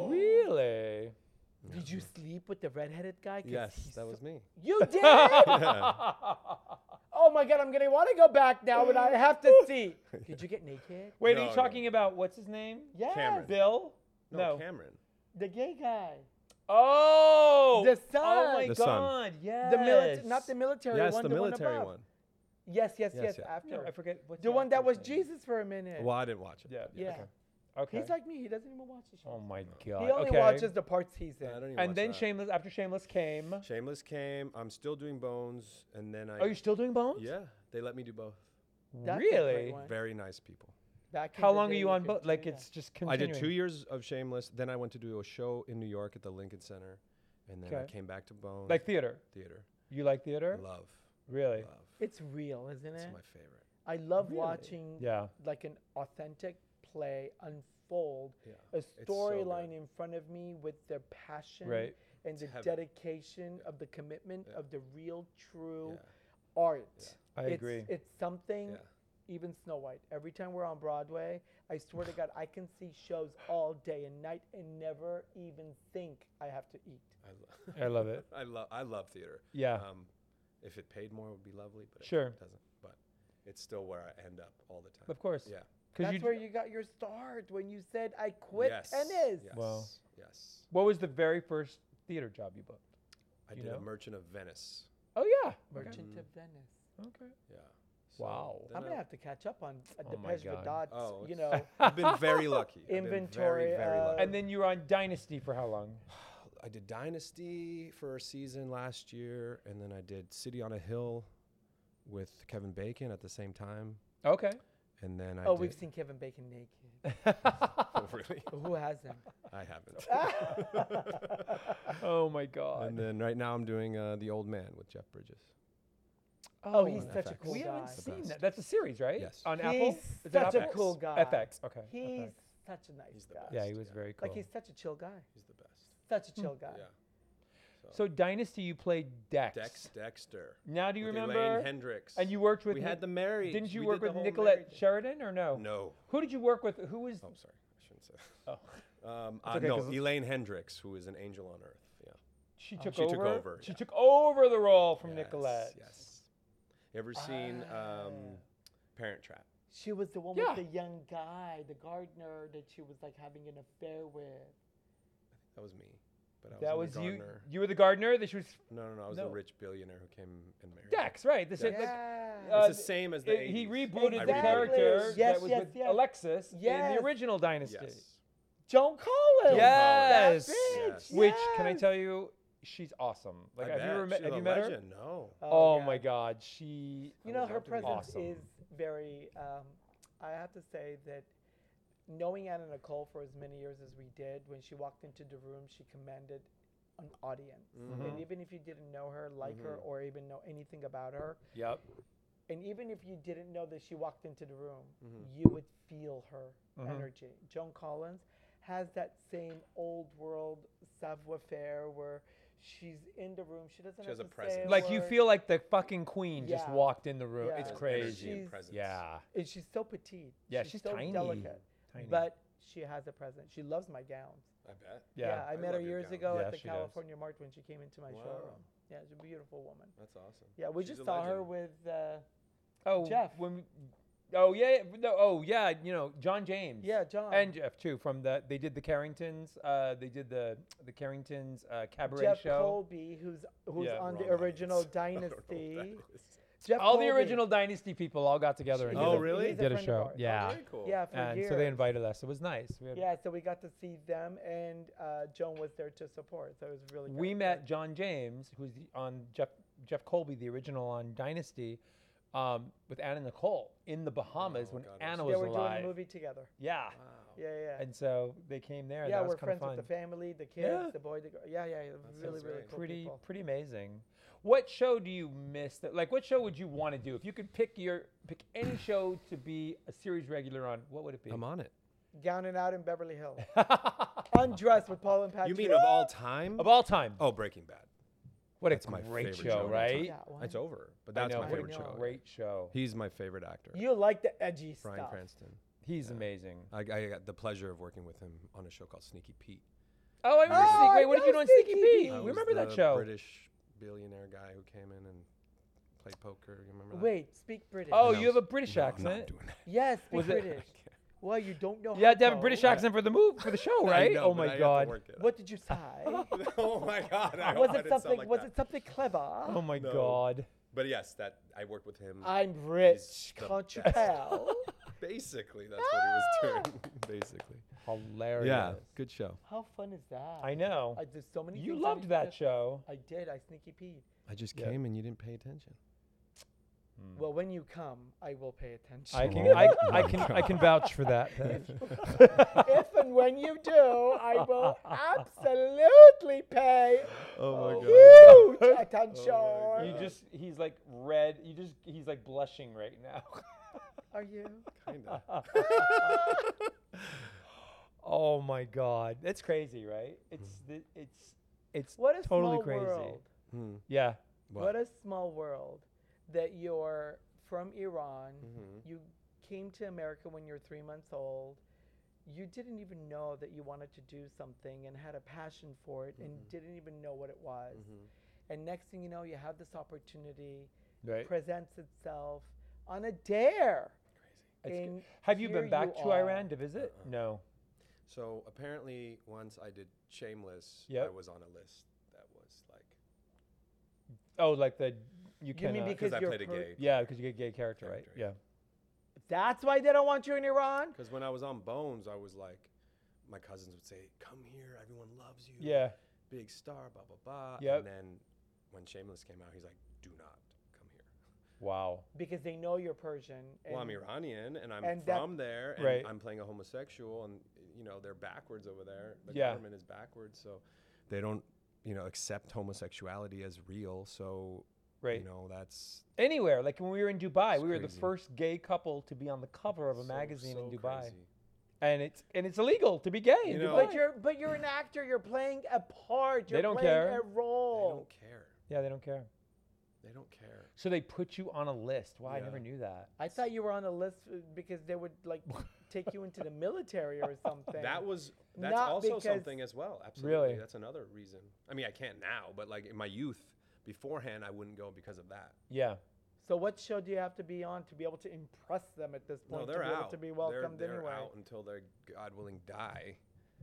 B: Really?
A: did you sleep with the redheaded guy? 'Cause
C: Yes,
A: he's
C: that was me.
A: You did.
C: Yeah.
A: Oh my god, I'm gonna want to go back now, but I have to see. Did you get naked?
B: Wait, are
C: No,
B: you
C: no.
B: talking about what's his name?
A: Yeah,
C: Cameron.
B: Bill?
C: No, Cameron.
A: the gay guy,
B: Oh!
A: The
B: Oh my
A: son.
C: The son.
B: god, yes.
A: the military, not the military
C: Yes,
A: one,
C: the, military
A: one,
C: one.
A: above. Yes, yes, yes.
C: Yes, yeah.
A: After
B: No, I forget. What's
A: the one that was
B: actor's name.
A: Jesus for a minute.
C: Well, I didn't watch it.
B: Yeah.
A: Yeah,
B: Okay.
A: he's like me. He doesn't even watch the
B: oh
A: show.
B: my god.
A: he only
B: okay.
A: watches the parts he's in.
C: I don't even
B: And
C: watch
B: then
C: that.
B: Shameless, after Shameless came.
C: Shameless came. I'm still doing Bones, and then I.
B: Are you still doing Bones?
C: Yeah, they let me do both.
A: That's a great
B: really?
A: one.
C: Very nice people.
A: Back in
B: How
A: the
B: long are
A: day,
B: you on
A: could
B: both?
A: do
B: Like
A: that.
B: it's just
C: I
B: continuing.
C: did two years of Shameless. Then I went to do a show in New York at the Lincoln Center, and then I
B: Okay.
C: came back to Bones.
B: Like theater.
C: theater,
B: You like theater?
C: love,
B: Really?
C: love.
A: It's real, isn't
C: It's
A: it?
C: my favorite.
A: I love
B: Really?
A: watching
B: Yeah.
A: like an authentic play unfold
C: Yeah.
A: a
C: so good.
A: storyline in front of me with the passion
B: Right.
A: and the
C: heavy.
A: dedication of the commitment
C: Yeah.
A: of the real true
C: Yeah.
A: art.
B: I
A: it's,
B: agree.
A: It's something.
C: Yeah.
A: Even Snow White. Every time we're on Broadway, I swear to God, I can see shows all day and night and never even think I have to eat.
C: I, lo-
B: I love it.
C: I love I love theater.
B: Yeah.
C: Um, if it paid more, it would be lovely, but
B: Sure.
C: it doesn't. But it's still where I end up all the time.
B: Of course.
C: Yeah.
B: 'Cause
A: That's
B: you d-
A: where you got your start when you said I quit
C: yes.
A: tennis.
C: Yes.
B: Wow.
C: Yes.
B: what was the very first theater job you booked?
C: I
B: You
C: did
B: know?
C: a Merchant of Venice.
B: Oh yeah.
A: Merchant of Venice.
B: Okay.
C: Yeah.
B: Wow.
C: mm. then
A: I'm
C: I-
A: gonna have to catch up on uh,
B: Oh my
A: Depeche
B: God.
A: Vidade's,
C: Oh,
A: you know,
C: it's- I've been very lucky. I've been
A: Inventory
C: very, very
A: of-
C: lucky.
B: And then you were on Dynasty for how long?
C: I did Dynasty for a season last year, and then I did City on a Hill with Kevin Bacon at the same time,
B: Okay.
C: and then I
A: Oh,
C: did,
A: we've seen Kevin Bacon naked.
C: oh, really
A: Who hasn't?
C: I haven't.
B: oh my God.
C: and then right now I'm doing uh, the Old Man with Jeff Bridges.
A: Oh, he's
C: on
A: such a
C: FX.
A: cool
B: we
A: guy.
B: haven't seen
C: best.
B: that. That's a series, right?
C: Yes.
B: On
A: he's
B: Apple. it
A: such a
B: Apple?
A: cool guy.
B: FX. Okay.
A: He's
B: FX.
A: such a nice
C: He's the
A: guy.
C: best.
B: Yeah, he was
C: yeah.
B: very cool. Hmm.
A: Like he's such a chill guy.
C: He's the best.
A: Such a chill guy.
C: Yeah.
B: so Dynasty, you played Dex.
C: Oh. Dex Dexter.
B: Now do you
C: with
B: remember?
C: Elaine Hendricks.
B: and you worked with.
C: we
B: Nic-
C: had the marriage.
B: Didn't you
C: we
B: work
C: did the
B: with
C: whole
B: Nicolette
C: marriage thing.
B: Sheridan or no?
C: No.
B: Who did you work with? Who was?
C: Oh, sorry. I shouldn't say. that.
B: Oh.
C: Um, uh,
B: okay,
C: no,
B: 'cause-
C: Elaine Hendricks, who is an angel on earth. Yeah.
B: She took
C: She
B: over.
C: took over,
B: She
C: yeah.
B: took over the role from
C: Yes,
B: Nicolette. Ah.
C: Yes. You ever seen um, Parent Trap?
A: She was the one
B: Yeah.
A: with the young guy, the gardener that she was like having an affair with.
C: That was me. But I
B: That
C: was,
B: was
C: the
B: you.
C: gardener.
B: You were the gardener. That she was
C: No, no, no. I was
B: No.
C: the rich billionaire who came and married. her.
B: Dex, right? This is like
A: yeah.
B: uh,
C: it's the same as the.
B: it- he
C: 80s.
B: rebooted
C: I
B: the
C: rebooted
B: character
C: Dex.
A: Yes,
B: that was
A: yes,
B: with
A: yes.
B: Alexis in
A: Yes.
B: the original Dynasty.
C: Yes.
A: Joan Collins.
B: Yes.
A: That
C: Yes.
A: bitch,
B: Which can I
A: yes.
B: tell you, she's awesome. Like
C: I
B: have you
C: bet.
B: rem-
C: She's
B: have
C: a
B: you met her?
C: legend. No.
B: Oh,
A: God.
B: my God, she.
A: You
C: I
A: know,
C: would
A: her
C: love to read
A: presence
C: that.
B: Awesome.
A: is very. Um, I have to say that knowing Anna Nicole for as many years as we did, when she walked into the room, she commanded an audience.
C: Mm-hmm.
A: And even if you didn't know her, like her, or even know anything about her,
B: Yep.
A: and even if you didn't know that she walked into the room,
C: Mm-hmm.
A: you would feel her
B: Mm-hmm.
A: energy. Joan Collins has that same old world savoir faire where she's in the room. She doesn't
C: She
A: have
C: has
A: to
C: a
A: say
C: presence.
B: Like you
A: word.
B: feel like the fucking queen just
A: Yeah.
B: walked in the room.
A: Yeah.
B: It's
A: Just
B: crazy.
C: Energy and
A: She's-
C: presence.
B: Yeah.
A: And she's so petite.
B: Yeah, she's
A: so
B: tiny.
A: delicate.
B: Tiny.
A: But she has a presence. She loves my gowns.
C: I bet.
B: Yeah.
A: I
C: I
A: met her
C: love your
A: years
C: gown.
A: ago
B: Yeah,
A: at the
B: she does.
A: California Mart when she came into my
C: Wow.
A: showroom. Yeah, she's a beautiful woman.
C: That's awesome.
A: Yeah, we
C: She's
A: just
C: a
A: saw her
C: legend.
A: with uh,
B: Oh,
A: Jeff.
B: When we, oh yeah, yeah, no, oh yeah, you know John James.
A: yeah John
B: And Jeff too. From the they did the Carringtons. Uh, they did the the Carringtons uh, cabaret
A: Jeff
B: show.
A: Colby, who's who's
B: Yeah,
A: on the
C: Wrong
A: original
C: audience. I don't know what that
A: Dynasty.
C: is.
A: Jeff
B: All the
A: Colby.
B: original Dynasty people all got together and
A: He's
C: Oh,
B: did, a-
C: really?
A: he's
B: did a
A: friend of
B: show.
A: ours.
B: Yeah.
C: Very cool.
A: Yeah, for
B: and
A: years.
B: so they invited us. It was nice. We, had,
A: Yeah, so we got to see them, and uh, Joan was there to support. So it was really. good.
B: we met John James, who's the, on Jeff Jeff Colby, the original on Dynasty, um, with Anna Nicole in the Bahamas
C: Oh,
B: when
C: God,
B: Anna
A: They
B: was
A: were
B: alive.
A: doing a movie together.
B: Yeah.
C: Wow.
A: Yeah, yeah.
B: And so they came there. and
A: yeah,
B: that was
A: we're
B: kind of
A: friends
B: fun.
A: with the family, the kids,
B: Yeah.
A: the boy, the girl. Yeah, yeah, really, really
C: sounds great.
A: cool
B: pretty
A: people.
B: pretty amazing. What show do you miss? That like what show would you want to do if you could pick your pick any show to be a series regular on? What would it be?
C: I'm on it.
A: Down and out in Beverly Hills. Undressed with Paul and Patrick.
C: You mean of all time?
B: Of all time.
C: Oh, Breaking Bad.
B: what
C: that's
B: a
C: my
B: great
C: favorite
B: show,
C: show of all
B: right?
A: Yeah, why?
C: It's over. But
B: I
C: that's
B: know,
C: my
B: what
C: favorite
B: a
C: show.
B: Great show.
C: He's my favorite actor.
A: You like the edgy
C: Bryan
A: stuff.
C: Cranston.
B: He's amazing.
C: I, I got the pleasure of working with him on a show called Sneaky Pete.
B: Oh, I remember
A: Oh,
B: Sneaky.
A: I
B: Wait, what did you do
A: know
B: on Sneaky
A: Sneaky
B: Pete?
A: Pete.
C: I
B: We
C: was
B: remember that
C: the
B: show.
C: British billionaire guy who came in and played poker. You remember that?
A: Wait, speak British.
B: Oh,
C: No,
B: you have a British
C: No, I'm not
B: accent.
C: doing that.
A: yes, speak
B: Was it-
A: British. well, you don't know.
B: You
A: how
B: had to have a
A: to.
B: British accent for the move for the show,
C: I
B: right?
C: know,
B: oh
C: but I
B: my
C: had to
B: god.
C: work it
A: What did you say?
C: out. oh my god. I
A: was
C: know, I
A: it
C: didn't sound
A: something?
C: like
A: was
C: that.
A: it something clever?
B: Oh my
C: No.
B: god.
C: But yes, that I worked with him.
A: I'm rich.
C: He's the
A: Can't you
C: best.
A: tell?
C: Basically, that's what he was doing. Basically.
B: Hilarious.
C: Yeah. Good show.
A: how fun is that?
B: I know.
A: I, there's so many.
B: You
A: things I
B: loved
A: need to
B: that
A: do.
B: show.
A: I did. I sneaky peed.
C: I just
B: Yeah.
C: came and you didn't pay attention.
B: Hmm.
A: Well, when you come, I will pay attention.
B: I can, I, I can, I can vouch for that. then.
A: if and when you do, I will absolutely pay
D: Oh my God.
A: huge attention.
B: Oh You just, he's like red. You just, he's like blushing right now.
A: Are you?
C: Kinda.
B: oh my God, that's crazy, right? It's, the, it's, it's
A: What a
B: totally
A: small
B: crazy.
A: world.
C: Hmm.
B: Yeah.
A: What? a small world that you're from Iran.
B: Mm-hmm.
A: You came to America when you were three months old. You didn't even know that you wanted to do something and had a passion for it
B: Mm-hmm.
A: and didn't even know what it was. And next thing you know, you have this opportunity
B: Right.
A: presents itself on a dare.
B: It's g-
A: And
B: Have you
A: here
B: been back
A: you
B: to Iran
A: are.
B: to visit? No.
C: So apparently, once I did Shameless, I
B: Yep.
C: was on a list that was like
B: Oh, like the you
A: You
B: can
A: mean
C: because
A: because
C: I
A: you're
C: played a
A: pro-
C: gay.
B: yeah, because you get gay character, right?
C: Character,
B: Yeah.
A: That's why they don't want you in Iran.
C: Because when I was on Bones, I was like, my cousins would say, "Come here, everyone loves you."
B: Yeah.
C: Big star, blah blah blah.
B: Yep.
C: And then when Shameless came out, he's like, "Do not come here."
B: Wow.
A: Because they know you're Persian.
C: well, I'm
A: and-
C: Iranian, and I'm
A: and that-
C: from there, and
B: Right.
C: I'm playing a homosexual, and you know they're backwards over there. The
B: Yeah.
C: government is backwards, so they don't, you know, accept homosexuality as real. So
B: Right.
C: you know that's
B: Anywhere, like when we were in Dubai,
C: It's
B: we were the
C: crazy.
B: first gay couple to be on the cover of a
C: so,
B: magazine
C: so
B: in Dubai,
C: crazy.
B: and it's and it's illegal to be gay in
C: know-
B: Dubai.
A: But you're but you're an actor. You're playing a part.
B: They
A: You're
B: don't
A: playing
B: care.
A: a
C: They
A: role.
C: don't care.
B: yeah, they don't care.
C: They don't care.
B: So they put you on a list. Wow, I never
C: Yeah.
B: knew that.
A: I thought you were on the list uh, because they would like take you into the military or something.
C: That was that's
A: Not
C: also
A: because-
C: something as well. Absolutely,
B: Really?
C: that's another reason. I mean, I can't now, but like in my youth, beforehand, I wouldn't go because of that.
B: Yeah.
A: so what show do you have to be on to be able to impress them at this
C: No,
A: point?
C: they're
A: to be
C: out.
A: able to be
C: They're-
A: welcomed
C: they're,
A: anyway.
C: out until they God willing die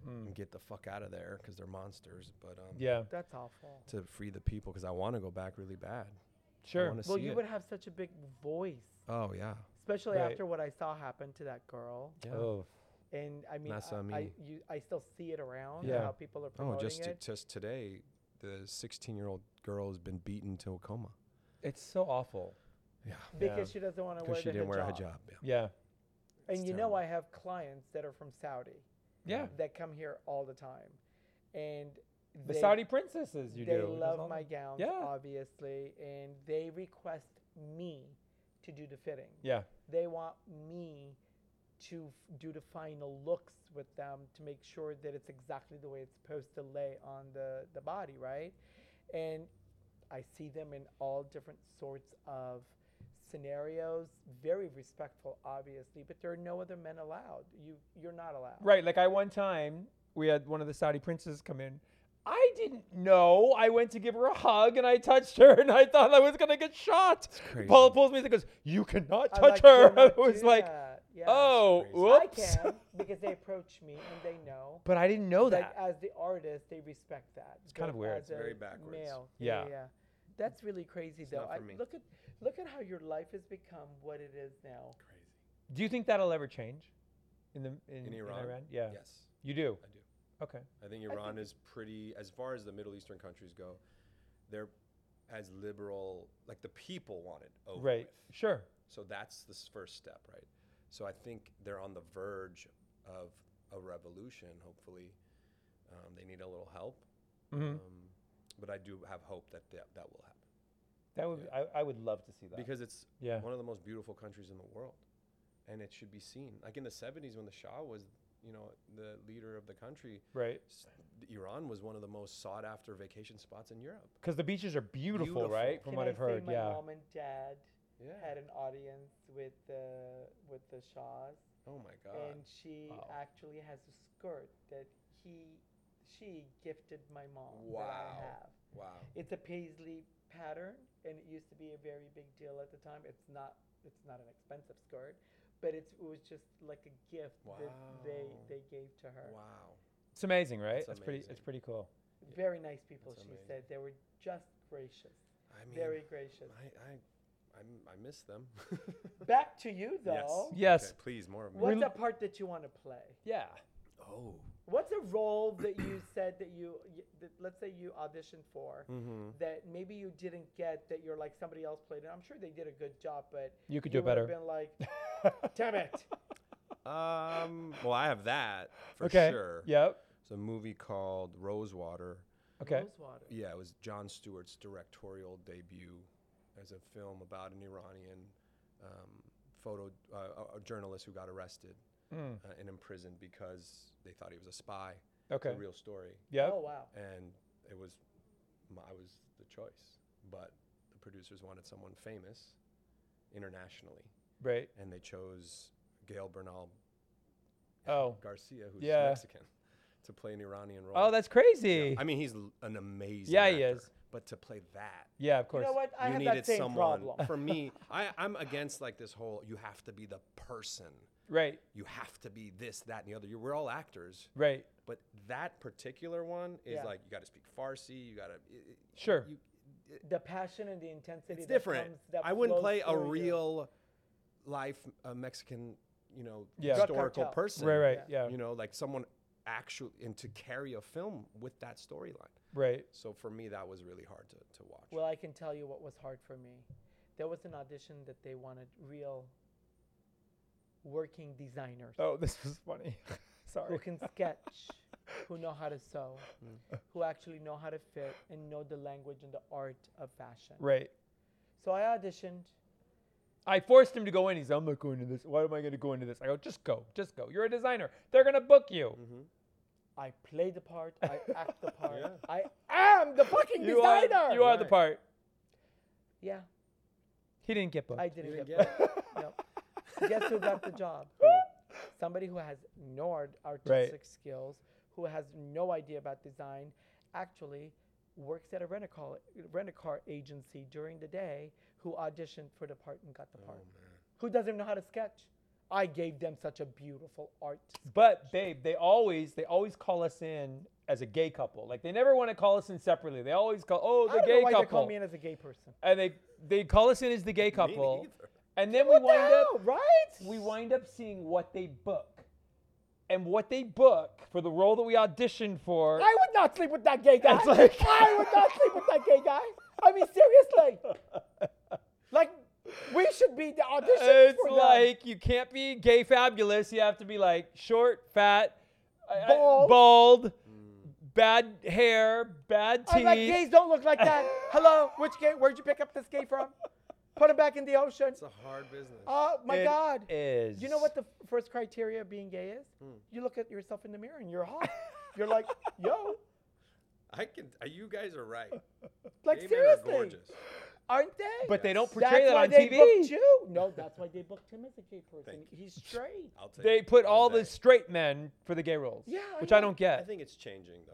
C: and get the fuck out of there because they're monsters. But um,
B: Yeah.
A: That's awful.
C: to free the people because I want to go back really bad. I
B: Sure.
C: wanna
A: Well,
C: see
A: you
C: it.
A: would have such a big voice,
C: Oh yeah.
A: especially
B: Right.
A: after what I saw happen to that girl.
C: Yeah.
B: Oh.
A: And I mean,
C: That's
A: I,
C: what I
A: I,
C: mean.
A: you, I still see it around
B: Yeah.
A: how people are
C: Oh,
A: promoting
C: just
A: it.
C: just today, the 16 year old girl has been beaten to a coma
B: It's so awful.
C: Yeah.
A: because she doesn't want to wear
C: because she
A: the
C: didn't
A: hijab.
C: wear a hijab. Yeah.
B: Yeah.
A: And
C: It's
A: you know,
C: terrible.
A: I have clients that are from Saudi.
B: Yeah.
A: that come here all the time, and
B: The Saudi princesses you
A: they
B: do. There's all
A: love my
B: that.
A: gowns,
B: Yeah.
A: obviously, and they request me to do the fitting.
B: Yeah.
A: They want me to f- do the final looks with them to make sure that it's exactly the way it's supposed to lay on the the body, right? And I see them in all different sorts of scenarios, very respectful, obviously, but there are no other men allowed. You you're not allowed.
B: Right. Like I one time we had one of the Saudi princes come in. I didn't know. I went to give her a hug and I touched her and I thought I was gonna get shot. Paul
C: crazy.
B: pulls me and goes, "You cannot
A: I'm like,
B: touch
A: "You're
B: her." I
A: not
B: was
A: doing
B: like,
A: that." Yeah.
B: "Oh,
C: crazy.
A: I
B: whoops."
A: can because they approach me and they know.
B: But I didn't know
A: Like
B: that.
A: as the artist, they respect that. It's
B: kind of weird. It's
C: very backwards.
A: yeah.
B: Yeah.
A: yeah. That's really crazy, though.
C: not
A: I,
C: for me.
A: look at look at how your life has become what it is now.
C: Crazy.
B: Do you think that'll ever change in the in,
C: In Iran?
B: Yeah.
C: Yes,
B: You do.
C: I do.
B: Okay.
C: I think Iran is pretty, as far as the Middle Eastern countries go, they're as liberal, like the people want it over
B: Right.
C: with.
B: Sure.
C: So that's the s- first step, right? So I think they're on the verge of a revolution, hopefully. Um, they need a little help.
B: Mhm.
C: Um, but I do have hope that that, that will happen
B: That would. be- I, I would love to see that.
C: because it's
B: Yeah.
C: one of the most beautiful countries in the world. And it should be seen. Like in the 70s when the Shah was, you know, the leader of the country,
B: right.
C: s- Iran was one of the most sought after vacation spots in Europe.
B: Because the beaches are beautiful,
C: Beautiful.
B: right? From
A: Can
B: what
A: I
B: have heard.
A: say my
B: yeah.
A: mom and dad
C: Yeah.
A: had an audience with the with the Shahs,
C: Oh my God.
A: and she
B: Wow.
A: actually has a skirt that he she gifted my mom that
C: Wow.
A: I have.
C: Wow.
A: It's a paisley pattern, and it used to be a very big deal at the time. It's not. It's not an expensive skirt, but it's, it was just like a gift that they
C: Wow.
A: they gave to her.
C: Wow.
B: It's amazing, right?
C: It's
B: That's pretty. It's
C: amazing.
B: pretty cool.
A: Very nice people.
C: That's
A: she
C: amazing.
A: said they were just gracious,
C: I mean,
A: very gracious.
C: I, I, I'm- I, miss them.
A: Back to you
C: Yes.
A: though.
B: Yes.
C: Okay, please, more of me.
A: What's
B: Rel-
A: a part that you want to play?
B: Yeah.
C: Oh.
A: What's a role that you said that you, y- that, let's say you auditioned for,
C: Mm-hmm.
A: that maybe you didn't get that you're like somebody else played it? I'm sure they did a good job, but
B: You could do it
A: would've
B: better.
A: Been like, damn it.
C: Um. Well, I have that for
B: okay.
C: sure.
B: Yep.
C: It's a movie called Rosewater.
B: Okay.
A: Rosewater.
C: Yeah, it was John Stewart's directorial debut as a film about an Iranian um, photo uh, a- a journalist who got arrested
B: Mm.
C: uh, and imprisoned because they thought he was a spy.
B: Okay.
C: It's a real story,
B: Yep.
A: Oh wow.
C: and it was my, I was the choice, but the producers wanted someone famous internationally,
B: Right.
C: and they chose Gail Bernal
B: Oh.
C: Garcia, who's
B: Yeah.
C: Mexican, to play an Iranian role.
B: Oh, that's crazy.
C: I mean, he's l- an amazing.
B: Yeah, he
C: actor,
B: is.
C: But to play that,
B: Yeah, of
A: You
B: course.
A: know what? I
C: you
A: have
C: needed
A: that same
C: someone.
A: problem.
C: For me, I, I'm against like this whole you have to be the person.
B: Right.
C: You have to be this, that, and the other. You, we're all actors,
B: Right.
C: but that particular one is
A: Yeah.
C: like you got to speak Farsi. You got to.
B: Sure.
C: You,
A: The passion and the intensity.
C: it's
A: that
C: different.
A: comes- that
C: I wouldn't
A: flows
C: play a
A: through you.
C: real life uh, Mexican, you know,
B: Yeah. Drug
C: historical
A: cartel.
C: person.
B: Right. Right. Yeah.
A: Yeah.
C: You know, like someone actually, and to carry a film with that storyline.
B: Right.
C: So for me, that was really hard to, to watch.
A: Well, I can tell you what was hard for me. There was an audition that they wanted real working designers
B: Oh, this was funny. Sorry.
A: who can sketch, who know how to sew, who actually know how to fit and know the language and the art of fashion.
B: Right.
A: So I auditioned.
B: I forced him to go in. He's, I'm not going to this. Why am I going to go into this? I go, just go, just go. You're a designer. They're going to book you.
C: Mm-hmm.
A: I play the part. I act the part.
C: Yeah.
A: I am the fucking
B: You are,
A: designer.
B: you are the
C: Right.
B: part.
A: Yeah,
B: He didn't get booked.
A: I didn't,
C: didn't
A: get
C: get
A: booked. No. Guess who got the job? Somebody who has no art- artistic skills, who has no idea about design, actually works at a rent a car, rent a car agency during the day, who auditioned for the part and got the part. Who doesn't know how to sketch? I gave them such a beautiful art.
B: But babe, they always they always call us in as a gay couple. Like they never want to call us in separately. They always call oh
A: I
B: the
A: don't
B: gay
A: know why
B: couple.
A: they call me in as a gay person.
B: and they they call us in as the gay couple.
C: neither.
B: And then we
A: What the
B: wind up
A: hell, right?
B: we wind up seeing what they book. And what they book for the role that we auditioned for.
A: I would not sleep with that gay guy.
B: It's like-
A: I would not sleep with that gay guy. I mean, seriously. Like, we should be the audition
B: it's
A: for them.
B: like you can't be gay fabulous. You have to be like short, fat, I- I-
A: Bald.
B: bald bad hair, bad teeth.
A: I'm like, gays don't look like that. Hello, which gay? Where'd you pick up this gay from? Put him back in the ocean.
C: It's a hard business.
A: Oh my
B: It
A: God.
B: is. Hmm.
A: You know what the f- first criteria of being gay is? You look at yourself in the mirror and you're hot. you're like, yo.
C: I can. uh, You guys are right.
A: Like
C: Gay men are
A: seriously,
C: gorgeous.
A: aren't they?
B: But they don't
C: Yes.
B: portray
A: that's
B: that
A: why
B: on
A: they
B: TV.
A: booked you. No, that's why they booked him as a gay person.
C: Thank
A: He's straight.
C: I'll take.
B: They
C: it
B: put all
C: day.
B: the straight men for the gay roles.
A: Yeah, I
B: which I
A: know.
B: don't
C: I
B: get.
C: think it's changing though.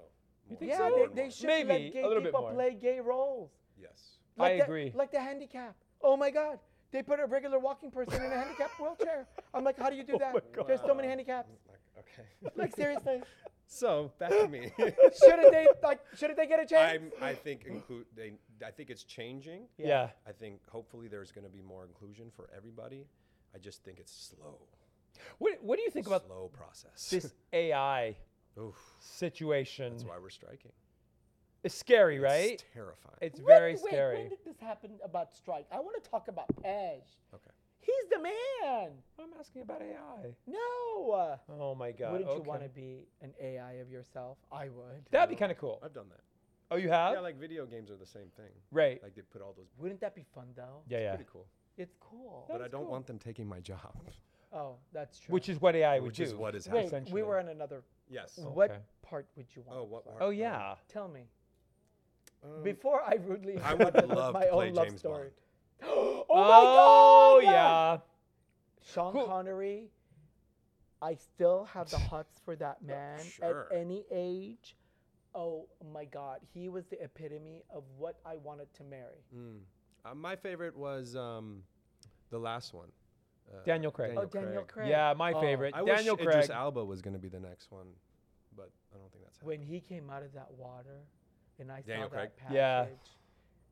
C: more
B: think
C: and
A: Yeah,
B: so?
C: more
A: they,
C: and
A: they
C: more.
A: should
B: Maybe,
A: let gay
B: a little bit
A: people
B: more.
A: play gay roles.
C: Yes.
A: Like
B: I
A: the,
B: agree.
A: Like the handicap. Oh my God. They put a regular walking person in a handicapped wheelchair. I'm like, how do you
B: Oh
A: do that? There's so many handicaps.
C: Like, okay.
A: Like seriously,
C: so back to me.
A: shouldn't they like? Shouldn't they get a chance?
C: I'm, I think include. They. I think it's changing.
B: yeah.
C: I think hopefully there's going to be more inclusion for everybody. I just think it's slow.
B: What What do you think about
C: slow process.
B: this AI
C: Oof.
B: situation?
C: That's why we're striking.
B: It's scary, right?
C: It's terrifying.
B: It's
A: When-
B: very
A: wait,
B: scary.
A: When did this happen about strike? I want to talk about Pej.
C: okay.
A: He's the man.
B: I'm asking about AI.
A: No.
B: Oh my God.
A: Wouldn't you
B: okay.
A: want to be an AI of yourself? I would.
B: That'd be kind of cool.
C: I've done that.
B: Oh, you have?
C: Yeah, like video games are the same thing.
B: right.
C: Like they put all those.
A: Wouldn't that be fun though?
B: yeah, yeah.
C: Pretty cool.
A: It's cool.
C: but I
B: That's
C: don't
B: cool.
C: want them taking my job,
A: Oh, that's true.
B: Which is what AI would
C: which
B: do.
C: is what is happening.
A: wait,
B: essentially- Oh,
A: we were on another.
C: Yes.
A: What
B: Okay.
A: part would you want?
C: Oh,
A: to
C: what
A: play?
C: part?
B: oh yeah.
A: Tell me.
C: Um,
A: Before I rudely
C: I
A: interrupt
C: would
A: with
C: love
A: my
C: to play
A: own love
C: James
A: story.
C: Bond.
A: oh,
B: oh
A: my god!
B: yeah.
A: Sean
B: Who-
A: Connery. I still have the hots for that man
C: Sure.
A: at any age. Oh my god, he was the epitome of what I wanted to marry.
C: Mm. Uh, my favorite was um, the last one. Uh,
B: Daniel Craig.
A: oh, Daniel Craig.
B: Yeah, my
A: Oh,
B: favorite.
C: I
B: Daniel
C: wish
B: Craig.
C: Idris Alba was going to be the next one, but I don't think that's happening.
A: When he came out of that water, and I
C: Daniel
A: saw that
C: Craig?
A: package.
B: Yeah.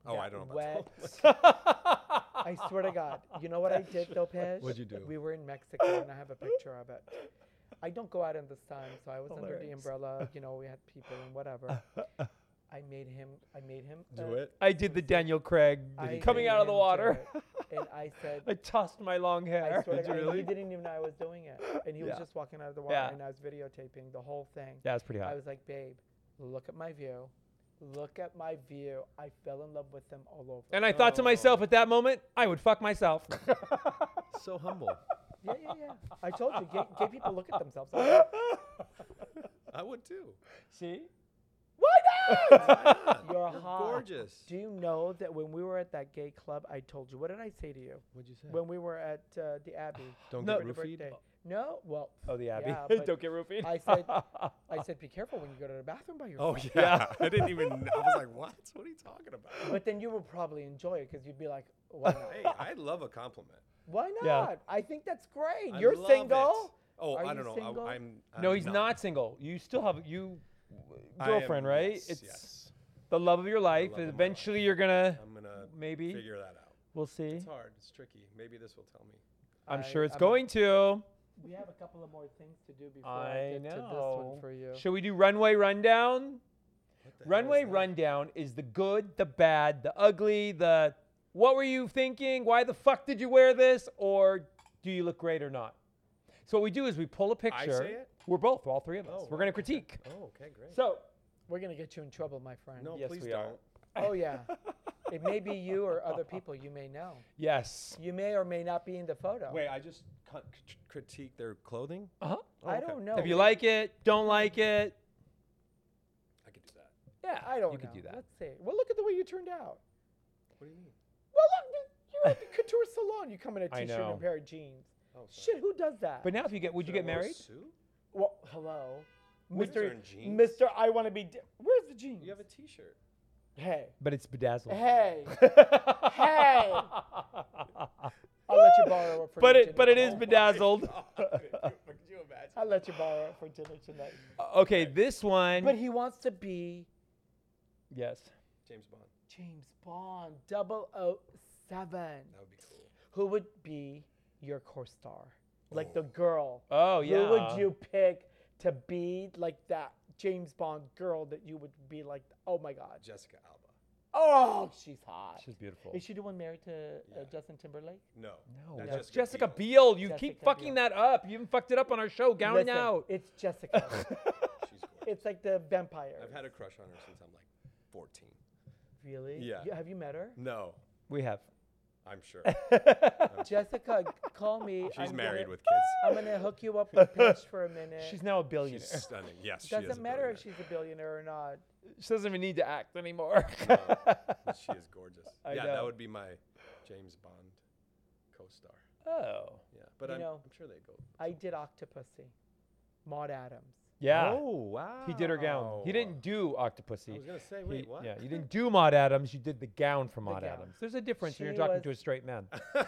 C: Oh, I
A: that
C: don't know about
A: wet.
C: that.
A: I swear to God. You know what I did though, Pej?
C: What'd you do?
A: We were in Mexico and I have a picture of it. I don't go out in the sun, so I was under the
B: Hilarious.
A: umbrella. You know, we had people and whatever. I made him. I made him
C: Do it.
B: I did the Daniel Craig
A: I
B: coming
A: made
B: out of the
A: him do
B: water.
A: it, and I said,
B: I tossed my long hair.
A: I swear to
C: Did you
A: God,
C: really?
A: he didn't even know I was doing it, and he was
B: Yeah.
A: just walking out of the water,
B: Yeah.
A: and I was videotaping the whole thing.
B: Yeah, it's pretty hot.
A: I was like, babe, look at my view. Look at my view. I fell in love with them all over.
B: and I thought to myself at that moment, I would fuck myself.
C: So humble.
A: yeah, yeah, yeah. I told you, gay, gay people look at themselves. all the time.
C: I would too.
B: See?
A: Why not?
C: Why not?
A: You're hot.
C: gorgeous.
A: Do you know that when we were at that gay club, I told you, what did I say to you?
C: What'd you say?
A: When we were at uh, the Abbey
C: Don't
B: No.
A: for
C: get
A: the
C: roofied.
A: birthday. No, well,
B: Oh, the Abbey.
A: Yeah, but
B: Don't get roofied.
A: I said, I said, be careful when you go to the bathroom by
C: uh, Oh
A: yourself.
C: yeah. I didn't even. know. I was like, what? What are you talking about?
A: But then you would probably enjoy it because you'd be like, why not?
C: hey, I love a compliment.
A: Why not?
B: Yeah.
A: I think that's great.
C: I
A: You're
C: love it.
A: single.
C: Oh,
A: Are
C: I
A: you
C: don't know.
A: single?
C: I, I'm, I'm.
B: no, he's not. single. You still have you
C: Uh, I am-
B: girlfriend, right?
C: yes,
B: it's
C: yes.
B: the love of your life.
C: love
B: and
C: of my life.
B: eventually you're gonna
C: I'm gonna
B: maybe
C: figure that out.
B: we'll see.
C: It's hard. It's tricky. Maybe this will tell me.
B: I'm
A: I-
B: sure it's
A: I'm a-
B: going to.
A: We have a couple of more things to do before I,
B: I
A: get to this
B: know.
A: one for you.
B: Should we do runway rundown?
C: What the hell
B: Runway
C: is that?
B: rundown is the good, the bad, the ugly, the what were you thinking? Why the fuck did you wear this? Or do you look great or not? So what we do is we pull a picture.
C: say it?
B: We're both, all three of us.
C: Oh,
B: we're gonna
C: okay.
B: critique.
C: Oh, okay, great.
B: So
A: We're gonna get you in trouble, my friend.
C: no,
B: yes,
C: please
B: we
C: don't.
B: are.
A: Oh yeah. it may be you or other people you may know.
B: yes.
A: You may or may not be in the photo.
C: Wait, I just con- crit- critique their clothing.
B: Uh huh.
C: Oh,
A: I
C: okay.
A: don't know.
B: If you like it, don't like it.
C: I could do that.
A: Yeah, I don't
B: you
A: know.
B: could do that.
A: Let's see. Well, look at the way you turned out.
C: What do you mean?
A: Well, look, you're at the couture salon. You come in a
B: I
A: t-shirt and
B: know.
A: a pair of jeans.
C: Oh, sorry.
A: Shit, who does that?
B: But now if you get would you
C: Should I
B: get
C: wear a
B: married?
C: suit?
A: well, hello,
C: Would you
A: Mister
C: turn jeans?
A: Mister. I want to be. Di- Where's the jeans?
C: You have a T-shirt.
A: hey,
B: But it's bedazzled.
A: hey.
B: hey.
A: I'll let you borrow it for
B: But
A: dinner
B: it but it is
A: tonight.
B: bedazzled.
C: Oh, Could you imagine?
A: I'll let you borrow it for dinner tonight.
B: Okay, this one.
A: But he wants to be
B: yes.
C: James Bond.
A: James Bond 007.
C: That would be cool.
A: Who would be your co-star? Like the girl.
B: Oh yeah.
A: Who would you pick to be like that James Bond girl that you would be like, oh my God.
C: Jessica Alba.
A: Oh, she's hot.
B: She's beautiful.
A: Is she the one married to uh,
C: Yeah.
A: Justin Timberlake?
C: No.
B: No,
C: not
B: that's
C: Jessica
B: Jessica
C: Biel.
B: Biel. You
A: Jessica
B: keep fucking that up. You even fucked it up on our show, Gown
A: Listen,
B: Out.
A: It's Jessica.
C: She's gorgeous.
A: it's like the vampire.
C: I've had a crush on her since I'm like 14.
A: really?
C: Yeah.
A: You- have you met her?
C: No,
B: We have.
C: I'm sure.
A: Jessica, call me.
C: She's
A: I'm
C: married
A: gonna-
C: with
A: I'm
C: kids.
A: gonna hook you up with Pitch for a minute.
B: She's now a billionaire.
C: She's stunning. Yes, she is.
A: Doesn't
C: a
A: matter if
C: billionaire.
A: she's a billionaire or not.
B: she doesn't even need to act anymore.
C: No, she is gorgeous.
B: I
C: yeah,
B: know.
C: that would be my James Bond co-star.
B: oh.
C: Yeah, but
A: You
C: I'm,
A: know,
C: I'm sure they go.
A: I did Octopussy. Maud Adams.
B: Yeah.
A: Oh,
C: wow.
B: Oh, He did her gown. He didn't do Octopussy.
C: I was gonna say,
B: He-
C: wait, what?
B: Yeah, you didn't do Maud Adams. You did the gown for Maud
A: gown.
B: Adams. There's a difference when
A: She
B: you're talking
A: was-
B: to a straight man.
A: She's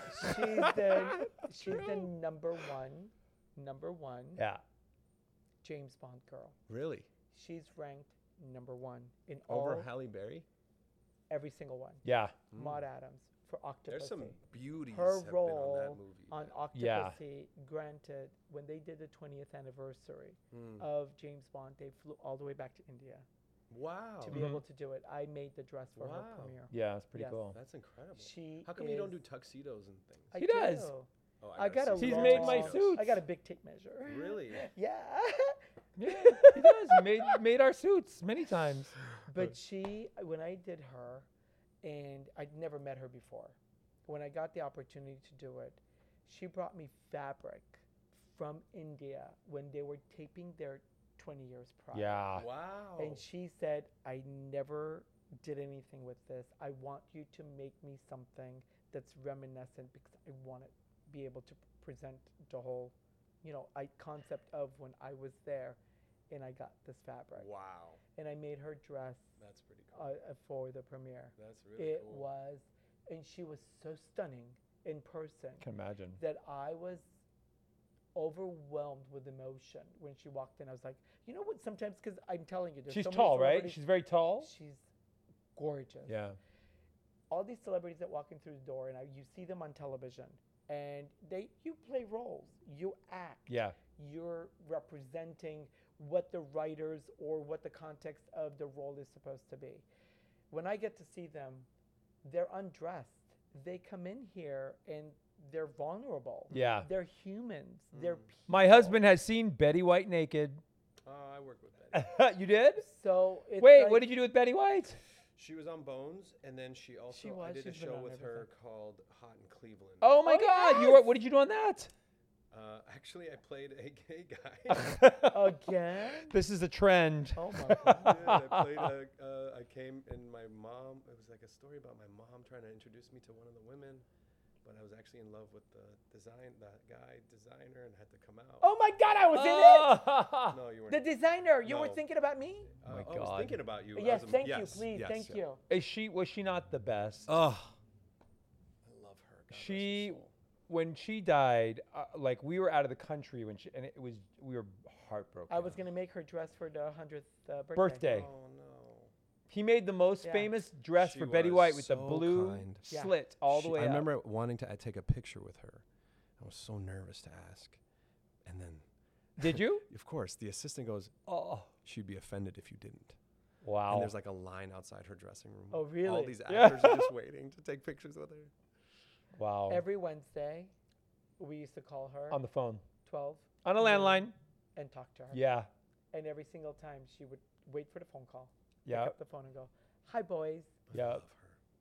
A: the she's the number one, number one
B: yeah.
A: James Bond girl.
C: Really?
A: She's ranked number one in
C: Over
A: all
C: Halle Berry?
A: every single one.
B: Yeah.
A: Maud Adams for Octopussy.
C: There's some beauties
A: her
C: have been on that
A: role
C: movie.
A: on,
B: Yeah.
A: Octopussy, granted, when they did the 20th anniversary
C: Hmm.
A: of James Bond, they flew all the way back to India
C: wow.
A: to be able to do it. I made the dress for her
C: Oh. Wow.
A: premiere.
B: Yeah, it's pretty
A: Yes.
B: cool.
C: That's incredible.
A: She
C: How come you don't do
A: is-
C: tuxedos and things?
A: I
B: He does.
A: do.
C: oh,
A: I got a.
B: He's
A: long-
B: made my
C: suit.
B: suits.
A: I got a big tape measure.
C: Really?
A: Yeah.
B: Yeah, he does. He made made our suits many times.
A: but she, when I did her, and I'd never met her before, when I got the opportunity to do it, she brought me fabric from India when they were taping their 20 years prior.
B: Yeah.
C: Wow.
A: And she said, I never did anything with this. I want you to make me something that's reminiscent because I want to be able to present the whole, you know, I concept of when I was there and I got this fabric.
C: wow.
A: And I made her dress
C: That's pretty
A: uh,
C: cool.
A: uh, for the premiere.
C: That's really
A: it
C: cool.
A: was, and she was so stunning in person
B: Can imagine.
A: that I was overwhelmed with emotion when she walked in. I was like, you know what? Sometimes, because I'm telling you, there's
B: She's
A: so many
B: tall, right?
A: celebrities-
B: She's very tall.
A: she's gorgeous.
B: Yeah.
A: All these celebrities that walk in through the door, and I, you see them on television, and they you play roles, you act.
B: Yeah.
A: You're representing what the writers or what the context of the role is supposed to be. When I get to see them, they're undressed. They come in here and they're vulnerable.
B: Yeah. Mm.
A: They're humans. They're people.
B: My husband has seen Betty White naked.
C: Oh, I worked with Betty.
B: you did?
A: So it's
B: Wait,
A: like-
B: what did you do with Betty White?
C: she was on Bones, and then she also I
A: was,
C: did a
A: she's been
C: show
A: on
C: with her called Hot in Cleveland.
B: Oh my
A: Oh,
B: God! You were, what did you do on that?
C: Uh, actually, I played a gay guy.
A: again.
B: This is a trend.
A: Oh my god.
C: Yeah, I played a. Uh, I came and my mom. It was like a story about my mom trying to introduce me to one of the women, but I was actually in love with the design, that guy designer, and had to come out.
A: Oh my god, I was
B: Oh.
C: No, you
A: in it.
C: weren't.
A: The designer, you were
C: No.
A: thinking about me?
C: uh,
B: my
C: I
B: God.
C: was thinking about you. I
A: Yes,
C: was a-
A: thank you,
C: yes,
A: please,
C: yes,
A: thank
C: yeah.
A: you.
B: Is she was she not the best?
C: Oh, I love her. God rest her
B: she
C: soul.
B: when she died, uh, like we were out of the country when she and it was we were heartbroken.
A: I was gonna make her dress for the hundredth uh, birthday.
B: birthday.
C: Oh no.
B: He made the most
A: Yeah.
B: famous dress
C: She
B: for Betty
C: was
B: White with the
C: so
B: blue
C: kind.
A: Yeah.
B: slit all the
C: She-
B: way.
C: I
B: up.
C: remember wanting to uh, take a picture with her. I was so nervous to ask, and then,
B: Did you?
C: of course, the assistant goes,
B: Oh
C: "She'd be offended if you didn't."
B: wow!
C: And there's like a line outside her dressing room.
A: Oh,
C: All
A: really?
C: these
B: Yeah.
C: actors are just waiting to take pictures with her.
B: wow!
A: Every Wednesday, we used to call her
B: on the phone,
A: twelve
B: on a landline.
A: and talk to her.
B: Yeah,
A: And every single time, she would wait for the phone call.
B: yeah,
A: Pick up the phone and go, "Hi, boys."
B: yeah.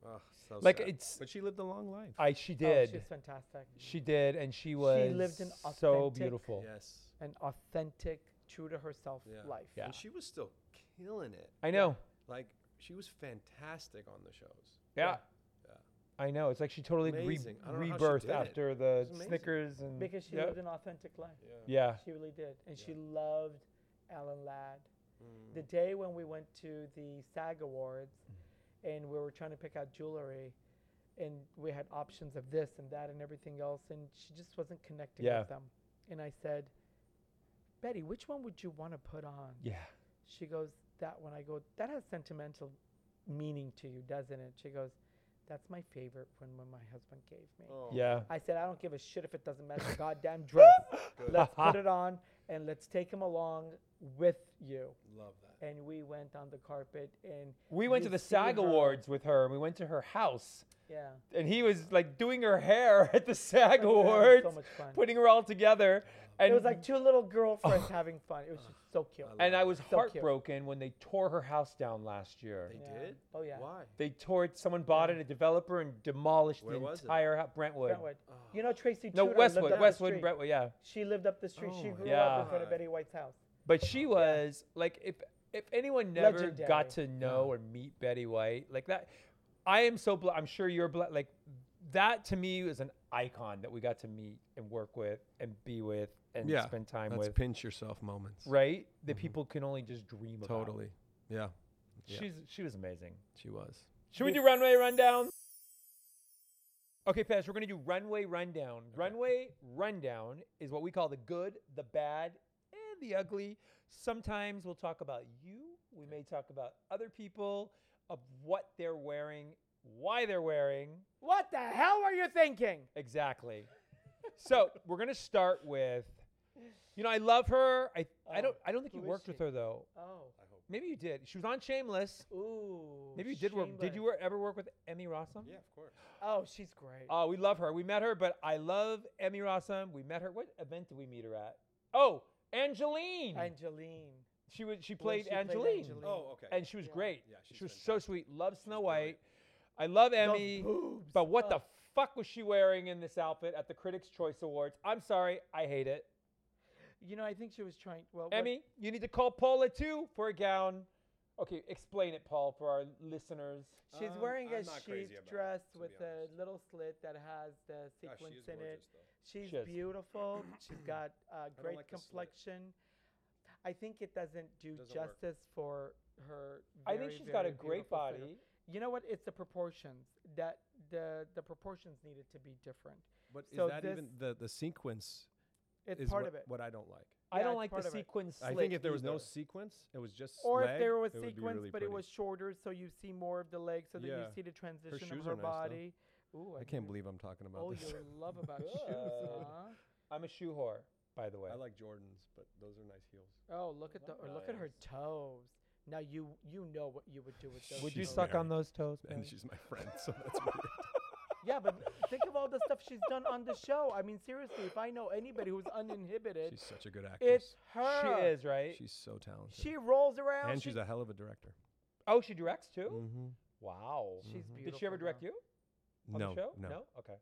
C: Oh, so
B: Like
C: sad.
B: it's,
C: But she lived a long life.
B: I she
A: Oh,
B: did,
A: she's fantastic.
B: she did, and she was
A: lived an
B: so
A: authentic-
B: beautiful.
C: yes.
A: An authentic, true to herself
C: Yeah.
A: life.
B: Yeah.
C: And she was still killing it.
B: I know.
C: Like she was fantastic on the shows.
B: Yeah.
C: Yeah.
B: I know. It's like she totally re-
C: Amazing. I don't know how she
B: rebirthed
C: did it.
B: after
C: It's
B: the
C: amazing.
B: Snickers and
A: Because she
B: Yep.
A: lived an authentic life.
B: yeah.
A: She really did, and
C: Yeah.
A: she loved Alan Ladd.
C: Mm.
A: The day when we went to the SAG Awards
B: Mm-hmm.
A: and we were trying to pick out jewelry and we had options of this and that and everything else and she just wasn't connecting
B: Yeah.
A: with them. And I said, Betty, which one would you want to put on?
B: Yeah.
A: She goes, That one. I go, That has sentimental meaning to you, doesn't it? She goes, That's my favorite one when my husband gave me.
C: Oh,
B: Yeah.
A: I said, I don't give a shit if it doesn't match the goddamn dress.
C: Good.
A: let's put it on and let's take him along with you.
C: Love that.
A: And we went on the carpet and
B: We went to
A: you've
B: the
A: seen
B: SAG
A: her-
B: Awards with her, and we went to her house,
A: Yeah.
B: and he was like doing her hair at the SAG
A: That was
B: Awards,
A: So much fun.
B: putting her all together, and
A: it was like two little girlfriends having fun. It was just so cute.
C: love
B: and I was
A: cute.
B: heartbroken when they tore her house down last year.
C: They
A: Yeah.
C: did?
A: Oh, yeah.
C: Why?
B: They tore it. Someone bought it, a developer, and demolished
C: Where
B: the
C: was it?
B: entire house. Brentwood.
A: Brentwood.
C: Ah.
A: You know Tracy Tudor
B: No,
A: lived
B: Westwood.
A: up the
B: Westwood,
A: street.
B: Brentwood. Yeah.
A: She lived up the street.
C: Oh
A: she
C: my
A: grew up in
B: God.
A: front of Betty White's house.
B: But she was like, if if anyone never got to
A: Legendary.
B: know or meet Betty White, like that, I am so bl- I'm sure you're bl- like that to me was an icon that we got to meet and work with and be with and
C: Yeah,
B: spend time
C: That's
B: with.
C: pinch yourself moments.
B: right, that people can only just dream about.
C: Totally. Yeah. Yeah.
B: She's she was amazing.
C: She was.
B: Should we do runway rundown? Okay, Pez, we're gonna do runway rundown. Runway rundown is what we call the good, the bad, and the ugly. Sometimes we'll talk about you. We may talk about other people, of what they're wearing, why they're wearing.
A: What the hell were you thinking?
B: Exactly. so we're gonna start with, you know, I love her. I I
A: Oh,
B: don't I don't think you
A: who is
B: worked with
A: she?
B: her though.
A: Oh.
B: Maybe you did. She was on Shameless.
A: Ooh.
B: Maybe you did work. Did
A: Shameless.
B: you wor- ever work with Emmy Rossum?
C: Yeah, of course.
A: Oh, she's great.
B: Oh, we love her. We met her, but I love Emmy Rossum. We met her. What event did we meet her at? Oh, Angeline.
A: Angeline.
B: she was she
A: When she
B: played,
A: played
B: Angeline.
A: Angeline.
C: Oh, okay.
B: and she was
A: Yeah.
B: great.
C: Yeah, she's
B: she was so
C: fantastic.
B: sweet. Love Snow White.
C: brilliant.
B: I love
A: Those
B: Emmy.
A: boobs.
B: But what
A: Oh,
B: the fuck was she wearing in this outfit at the Critics' Choice Awards? I'm sorry, I hate it.
A: You know, I think she was trying. Well, what-
B: Emmy, you need to call Paula too for a gown. Okay, explain it, Paul, for our listeners.
A: She's
C: Um,
A: wearing a
C: I'm not crazy
A: sheath
C: about it,
A: dress
C: to be
A: with a
C: honest.
A: little slit that has the
C: Gosh, she
A: sequins
C: is
A: in it.
C: gorgeous, though.
A: She's
B: She is.
A: beautiful. She's got uh, great
C: like the slit.
A: complexion. I think it doesn't do
C: Doesn't work.
A: justice for her.
B: I think
A: very,
B: she's got a
A: very
B: great
A: beautiful figure.
B: body.
A: You know what? It's the proportions that the the proportions needed to be different.
C: But is
A: So
C: that even
A: this-
C: the the sequence?
A: It's
C: is
A: part
C: what,
A: of it.
C: what I don't like.
B: I
A: Yeah,
B: don't
A: it's
B: like the
A: part of it.
B: sequin slit.
C: I think if there was no
B: either.
C: sequence, it was just
A: Or if
C: leg,
A: there was
C: it would be
A: sequence,
C: really
A: but it
C: pretty.
A: was shorter, so you see more of the legs, so that you
C: Yeah.
A: see the transition
C: shoes
A: of her
C: are nice, though.
A: body Ooh,
C: I can't believe I'm talking about
A: Oh,
C: this.
A: you're in love about shoes,
B: Good.
A: huh?
B: I'm a shoe whore, by the way.
C: I like Jordans, but those are nice heels.
A: Oh, look at the or look at her toes. Now you you know what you would do with those.
B: Would you
A: toes.
B: suck on
C: married,
B: those toes?
C: And
B: babe?
C: she's my friend, so that's weird.
A: Yeah, but think of all the stuff she's done on the show. I mean, seriously, if I know anybody who's uninhibited,
C: She's such a good
A: it's
C: actress.
A: her.
B: she is, right?
C: She's so talented.
A: She rolls around.
C: and
A: she-
C: she's a hell of a director.
B: oh, she directs too?
C: Mm-hmm.
B: Wow.
A: she's beautiful.
B: Did she ever
A: huh?
B: direct you on
C: no,
B: the show?
C: no,
B: Okay.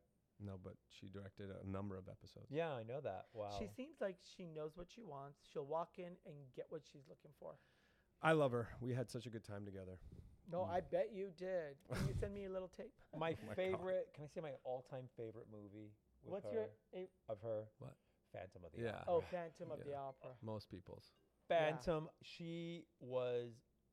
C: no, but she directed a number of episodes.
B: Yeah, I know that. Wow.
A: She seems like she knows what she wants. She'll walk in and get what she's looking for.
C: I love her. We had such a good time together.
A: No, I bet you did. Can you send me a little tape?
B: my
C: Oh God.
B: favorite. Can I say my all-time favorite movie? with
A: What's
B: her-
A: your a,
B: of her?
C: What?
B: Phantom of the
C: Yeah.
B: Opera.
A: oh Phantom of
C: Yeah.
A: the Opera?
C: Most people's.
A: Yeah.
B: Phantom. She was.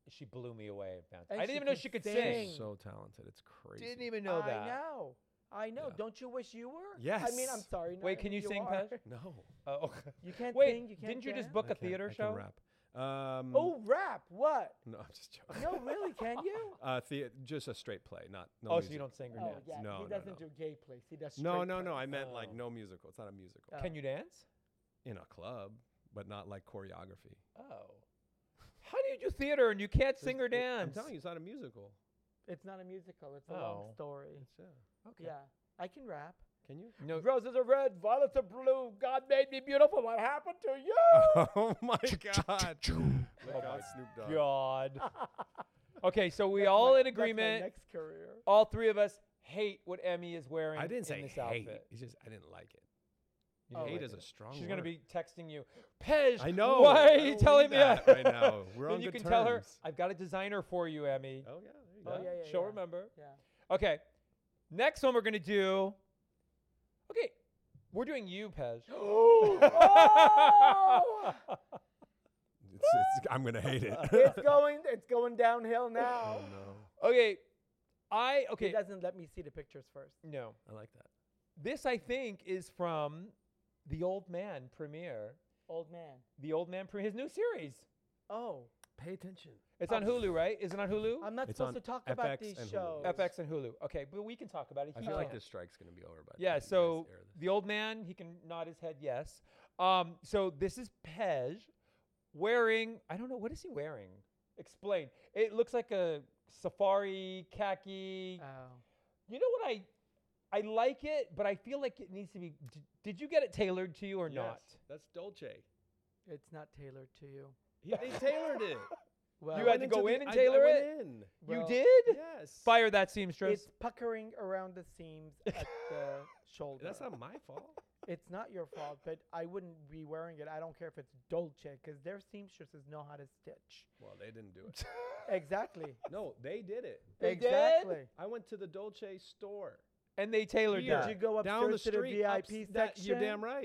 B: She blew me away in Phantom.
A: And
B: I didn't
A: she
B: even know
A: can
B: she could
A: sing.
B: sing.
A: Dang.
C: She's so talented. It's crazy.
B: Didn't even know that.
A: I know. I know.
C: Yeah.
A: Don't you wish you were? I mean, I'm
C: Yes.
A: sorry.
B: Wait,
A: not
B: can you
A: if
B: sing,
A: are.
B: Pej?
C: No.
B: Oh, okay.
A: You can't
B: Wait,
A: sing. You can't.
B: didn't you just
A: dance?
B: book
C: I
B: a
C: can-
B: theater
C: I
B: show?
C: Can rap. Um,
A: Oh, rap. What?
C: No, I'm just joking.
A: No, really? Can you?
C: Uh, thea- just a straight play, not. No
B: oh, so
C: music.
B: you don't sing or
A: Oh
B: dance?
A: yeah.
C: No,
A: he
C: no,
A: doesn't
C: no.
A: do gay plays. He does.
C: No,
A: straight
C: no, no.
A: plays.
C: I meant like
B: Oh.
C: no musical. It's not a musical.
A: Oh.
B: Can you dance?
C: In a club, but not like choreography.
B: Oh. How do you do theater and you can't
C: There's-
B: sing or
C: it-
B: dance?
C: I'm telling you, it's not a musical.
A: It's not a musical. It's a long
B: Oh.
A: story.
C: It's, yeah.
B: Okay.
A: Yeah, I can rap.
C: Can you?
B: No.
A: Roses are red, violets are blue. God made me beautiful. What happened to you?
C: Oh my God.
B: Oh
C: Look
B: my
C: out, Snoop Dogg.
B: God. okay, so we all
A: My-
B: in
A: that's my
B: agreement.
A: next career.
B: All three of us hate what Emmy is wearing.
C: I didn't
B: in
C: say
B: this
C: hate.
B: outfit.
C: It's just I didn't like it.
B: You
A: Oh,
B: didn't
C: hate
B: like
C: is
B: it.
C: a strong.
B: She's
C: word.
B: gonna be texting you, Pej.
C: I know.
B: Why
C: I
B: are
C: don't
B: you
C: need
B: telling me
C: that
B: that
C: right now? We're
B: then
C: on
B: you
C: good
B: can tell her
C: terms.
B: I've got a designer for you, Emmy.
C: Oh yeah. There you
A: Oh,
C: go.
A: yeah, yeah,
B: She'll
A: yeah.
B: remember.
A: Yeah.
B: Okay. Next one we're gonna do. Okay, we're doing you, Pej.
A: oh!
C: It's, it's, I'm gonna hate it.
A: it's going. It's going downhill now.
C: oh no.
B: okay, I
A: He
B: okay.
A: doesn't let me see the pictures first.
B: No,
C: I like that.
B: this I think is from the Old Man premiere.
A: Old man.
B: The Old Man premiere, his new series.
A: Oh,
C: Pay attention.
B: It's on Hulu, right? Is it on Hulu?
A: Um, I'm not
C: It's
A: supposed
C: on
A: to talk
C: FX
A: about these
C: and Hulu.
A: shows.
B: FX and Hulu. Okay, but we can talk about it.
C: I
B: He
C: feel like
B: can't.
C: this strike's gonna be over by. the
B: Yeah,
C: time you guys
B: so
C: air this.
B: the old man, he can nod his head yes. Um, so this is Pej wearing, I don't know, what is he wearing? Explain. It looks like a safari khaki.
A: Oh.
B: you know what I I like it, but I feel like it needs to be d- Did you get it tailored to you or not?
C: Yes, That's Dolce.
A: It's not tailored to you.
C: He- they tailored it.
A: Well,
B: You had
C: Went
B: to go
C: into the-
B: in and
C: I- I
B: tailor
C: went in.
A: well,
B: you did?
C: Yes.
B: Fire that seamstress.
A: It's puckering around the seams at the shoulder.
C: That's not my fault.
A: it's not your fault, but I wouldn't be wearing it. I don't care if it's Dolce, because their seamstresses know how to stitch.
C: Well, they didn't do it.
A: Exactly.
C: No, they did it.
B: They did?
A: exactly.
C: I went to the Dolce store.
B: and they tailored
A: Did
C: Here.
A: you
B: that.
A: go upstairs
C: Down the
A: to the
C: street.
A: VIP
C: ups-
A: section?
C: that- you're damn right.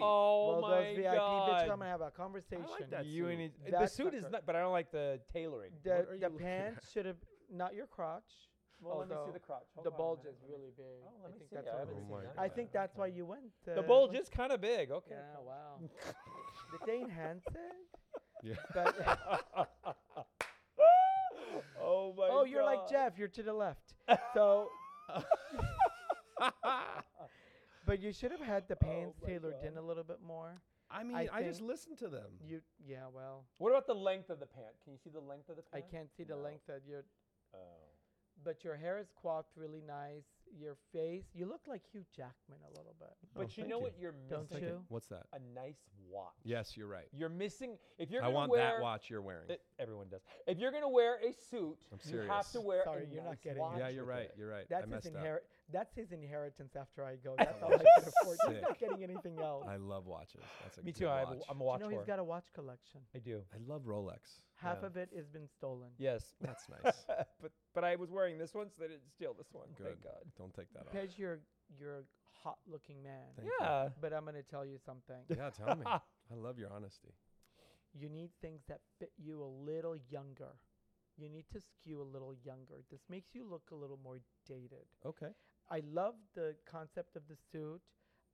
A: Well,
B: Oh my
A: those VIP bitches, I'm
B: god.
A: gonna have a conversation.
C: that
B: you
C: suit.
B: and it- the
A: That
B: suit is
A: sucker.
B: not, but I don't like the tailoring.
C: What are
A: The,
C: you
A: the
C: looking
A: pants should have not your crotch.
B: Well, let me see
A: although
B: the crotch. Hold
A: the
B: on a
A: bulge
B: minute,
A: is
B: let me-
A: really big.
B: Oh, let
A: I
B: me
A: think
B: see.
A: that's
B: I
A: why-
B: haven't
C: Oh
B: seen
C: my
B: that.
A: I
C: God.
A: think that's why you went.
B: the
A: uh,
B: bulge
A: went-
B: is kind of big. Okay.
A: Yeah, wow. Did Dane Hansen?
C: Yeah.
A: But,
B: oh my.
A: oh, you're like
B: God.
A: Jeff. You're to the left. So, but you should have had the pants
B: Oh my
A: tailored in
B: God.
A: a little bit more.
C: I mean,
A: I
C: I, just
A: think-
C: listened to them.
A: You, yeah, well,
B: What about the length of the pant? Can you see the length of the
A: I
B: pant?
A: can't see the
B: No.
A: length of your.
B: Oh.
A: But your hair is coiffed really nice. Your face, you look like Hugh Jackman a little bit.
B: But you
C: thank
B: know
C: you.
B: what you're
A: Don't
B: missing?
A: you?
C: What's that?
B: A nice watch.
C: Yes, you're right.
B: You're missing. If you're
C: I
B: gonna
C: want
B: wear,
C: that watch you're wearing.
B: it- everyone does. If you're gonna wear a suit,
C: I'm
B: you have to
C: serious.
B: wear.
A: Sorry,
B: a
A: you're not
B: nice
A: getting it.
B: watch
C: yeah, you're
B: with
C: right.
B: it.
C: You're right. I
A: That's his
C: messed up.
A: inherit. That's his inheritance after I go. That's all I can
C: That's
A: afford. He's not
C: sick.
A: getting anything else.
C: I love watches. That's a
B: Me
C: good
B: too. I have a,
C: watch.
B: I'm a
A: Do
B: watch
A: you know
B: whore.
A: he's got a watch collection.
B: I do.
C: I love Rolex.
A: Half
B: Yeah.
A: of it has been stolen.
B: Yes.
C: That's nice.
B: but but I was wearing this one, so they didn't steal this one.
C: Good.
B: Thank God.
C: Don't take that off.
A: Pej, you're you're a hot-looking man.
C: Thank you.
B: yeah.
A: But I'm gonna tell you something.
C: Yeah, tell me. I love your honesty.
A: You need things that fit you a little younger. You need to skew a little younger. This makes you look a little more dated.
C: Okay.
A: I love the concept of the suit.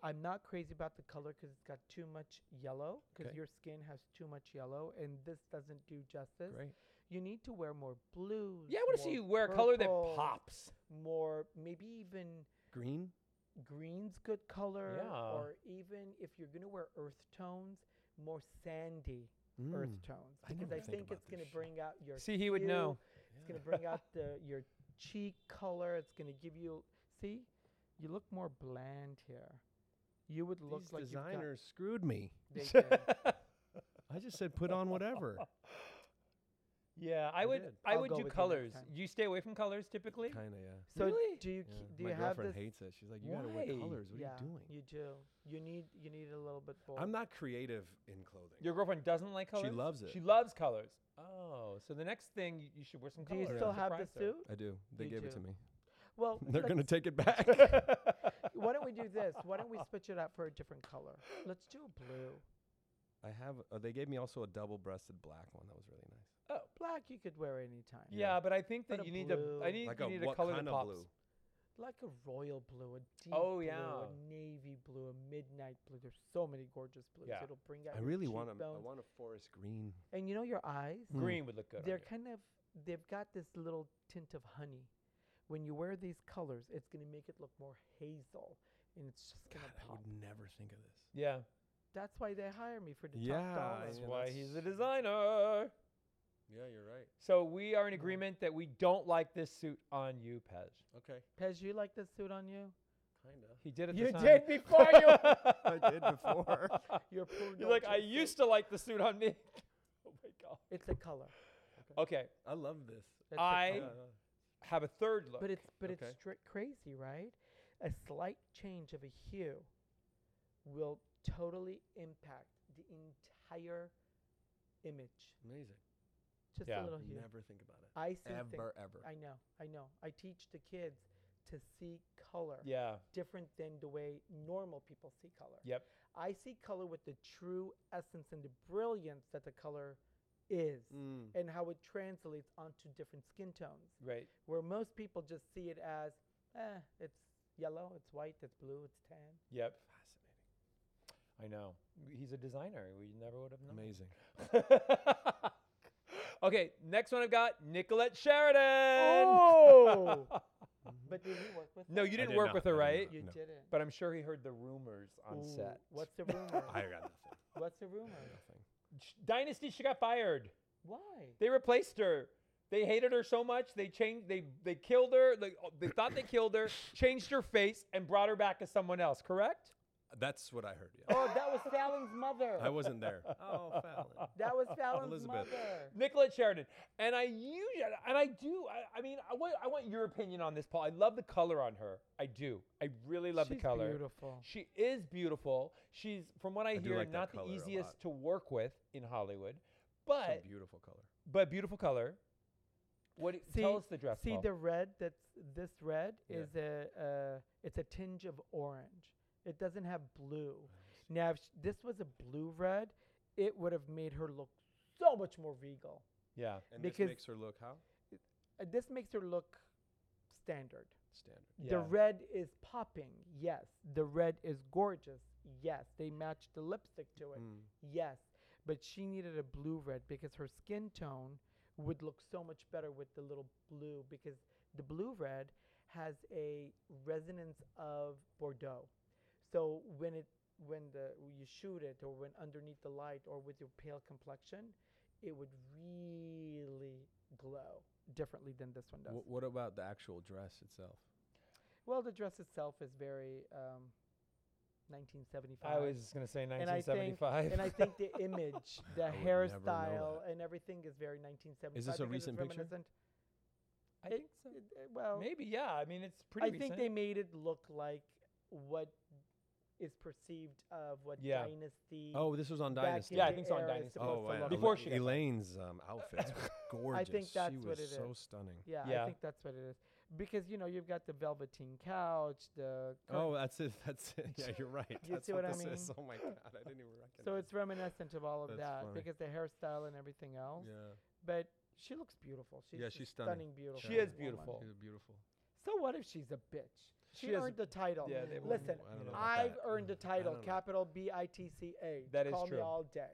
A: I'm not crazy about the color because it's got too much yellow. Because
C: Okay.
A: your skin has too much yellow, and this doesn't do justice.
C: Great.
A: You need to wear more blues.
B: Yeah, I want to see
A: more
B: you wear a color that
A: purples,
B: pops.
A: More, maybe even
C: Green?
A: green's good color,
B: Yeah.
A: or even if you're going to wear earth tones, more sandy
C: Mm.
A: earth tones,
C: Hmm. I
A: because
C: never
A: I,
C: think
A: think
C: about
A: it's going
C: this
A: to
C: shit.
A: bring out your.
B: See, he would
A: hue,
B: know.
A: It's going to bring out the your cheek color. It's going to give you. See, you look more bland here. You would look
C: These
A: like
C: designers screwed me.
A: You've got, they did.
C: I just said put on whatever.
B: yeah, I
C: I
B: would.
C: did.
B: I
A: I'll
B: would
A: go with you
B: do
A: next
B: colors.
A: time.
B: Do you stay away from colors typically?
C: Kinda, yeah.
A: so
B: Really?
A: do you
C: yeah.
A: ke- do
C: My
A: you have
C: girlfriend
A: this?
C: hates it. She's like, you gotta wear
B: Why?
C: colors. What
A: yeah,
C: are you doing?
A: You do. You need you need a little bit more.
C: I'm not creative in clothing.
B: Your girlfriend doesn't like colors.
C: loves it.
B: She loves colors. Oh, so the next thing you, you should wear some
A: do
B: colors.
A: you still have the
B: Surprise her.
A: suit?
C: I do. They
A: You
C: gave it
A: do.
C: to me.
A: Well,
C: They're
A: let's-
C: gonna take it back.
A: Why don't we do this? Why don't we switch it up for a different color? Let's do a blue.
C: I have. Uh, they gave me also a double-breasted black one. That was really nice.
A: Black you could wear any time.
B: Yeah, but I think
A: But
B: that
A: a
B: you need to.
A: blue.
B: I need,
C: Like
B: you
C: a
B: need
C: what
B: a color that
C: kind of
B: pops.
C: blue?
A: Like a royal blue, a deep
B: Oh,
A: blue,
B: yeah.
A: a navy blue, a midnight blue. There's so many gorgeous blues.
B: Yeah.
A: It'll bring out
C: I
A: your
C: really want a. I
A: cheekbones.
C: want a forest green.
A: And you know your eyes?
C: Mm.
B: Green would look good. on
A: Hmm. They're
B: you.
A: kind of they've got this little tint of honey. When you wear these colors, it's gonna make it look more hazel and it's just
C: God,
A: gonna
C: I
A: pop.
C: would never think of this.
B: yeah,
A: That's why they hire me for the
C: Yeah,
A: top dollar.
B: that's
C: yeah,
B: why he's a
C: that's-
B: designer.
C: Yeah, you're right.
B: So we are in agreement that we don't like this suit on you, Pez.
C: Okay,
A: Pez, you like this suit on you?
C: kinda.
B: He did it.
A: You
B: this time.
A: did before you
C: I did before.
A: Your poor
B: You're like,
A: note
B: I
A: is so-
B: used to like the suit on me. oh my god.
A: It's a color.
B: Okay,
C: I love this.
A: That's a
B: I-
A: color.
C: Yeah.
B: have a third look.
A: But it's but
C: Okay.
A: it's stri- crazy, right? A slight change of a hue will totally impact the entire image.
C: Amazing.
A: Just
B: Yeah.
A: a little hue.
C: Never think about it.
A: I see things-
C: Ever, ever.
A: I know, I know. I teach the kids to see color
B: yeah,
A: different than the way normal people see color.
B: Yep.
A: I see color with the true essence and the brilliance that the color is
C: Mm.
A: and how it translates onto different skin tones.
B: right.
A: where most people just see it as, eh, it's yellow, it's white, it's blue, it's tan.
B: Yep.
C: Fascinating.
B: I know. He's a designer. We never would have known.
C: Amazing.
B: okay, next one I've got Nicolette Sheridan.
A: Oh! but did you work with
B: no,
A: them?
B: you didn't
C: did
B: work
C: not,
B: with her,
C: I did
B: right?
C: not.
A: You
C: No.
A: didn't.
B: But I'm sure he heard the rumors on
A: Ooh,
B: set.
A: What's the rumor?
C: I got nothing.
A: What's the rumor?
C: Nothing.
B: Sh- Dynasty, she got fired.
A: Why?
B: They replaced her. They hated her so much they changed. They they killed her. They, oh, they thought they killed her. Changed her face and brought her back as someone else. Correct?
C: That's what I heard. Yeah.
A: Oh, that was Fallon's mother.
C: I wasn't there. Oh, Fallon.
A: that was Fallon's
C: Elizabeth.
A: mother.
B: Nicolette Sheridan. And I usually, and I do. I, I mean, I want, I want your opinion on this, Paul. I love the color on her. I do. I really love the
A: She's
B: color.
A: Beautiful.
B: She is beautiful. She's, from what I,
C: I do
B: hear,
C: like that
B: not
C: color
B: the
C: a
B: easiest
C: lot.
B: to work with in Hollywood,
C: It's
B: but
C: a beautiful color.
B: but beautiful color. What? do- tell us the dress.
A: See
B: Paul.
A: the red. That's this red
C: Yeah.
A: is a uh, it's a tinge of orange. It doesn't have blue. Now, if sh- this was a blue red, it would have made her look so much more regal.
B: yeah.
C: And
A: Because-
C: this makes her look how
A: Uh, this makes her look standard.
C: standard.
A: The
B: yeah.
A: red is popping, yes. The red is gorgeous, yes. They matched the lipstick to it,
C: Mm.
A: yes. But she needed a blue red because her skin tone would look so much better with the little blue because the blue red has a resonance of Bordeaux. So when it when the you shoot it or when underneath the light or with your pale complexion, it would really glow differently than this one does.
C: Wh- what about the actual dress itself?
A: Well, the dress itself is very um, 1975.
B: I was just gonna say
A: and I think,
B: 1975.
A: and I think the image, the
C: I would never know
A: hairstyle,
C: that.
A: and everything is very 1975.
C: Is this
A: because
C: a
A: it's
C: recent picture?
A: reminiscent-
B: I
A: it-
B: think so.
A: it- uh, well,
B: Maybe, yeah. I mean, it's pretty.
A: I think they made it look like what is perceived of what
B: Yeah.
A: Dynasty.
C: Oh, this was on
A: back in
C: Dynasty.
B: Yeah, I
A: the
B: think so on
A: era is
B: Dynasty.
A: supposed
C: Oh,
A: to
C: wow.
A: look
B: Before
A: like.
B: she got fired.
C: Elaine's um, outfits were gorgeous.
A: that's
C: she
A: what
C: was
A: it
C: so
A: is.
C: stunning.
A: Yeah,
B: Yeah.
A: I think that's what it is. Because you know you've got the velveteen couch, the curtain
C: Oh, that's it. That's it. Yeah, you're right.
A: You
C: that's
A: see what I
C: this is.
A: mean?
C: Oh my god, I didn't even recognize.
A: So it's reminiscent of all of
C: That's
A: that
C: funny.
A: because the hairstyle and everything else.
C: yeah,
A: But she looks beautiful. She's
C: Yeah,
A: a
C: she's stunning.
A: beautiful.
B: She is
A: woman.
B: beautiful.
C: she was beautiful.
A: So what if she's a bitch? She,
B: She is-
A: earned the title.
B: yeah, they were-
A: Listen,
C: I don't know about
A: I've
C: that.
A: earned the title.
C: don't know.
A: Capital B I T C A.
B: That is
A: Call
B: true.
A: me all day.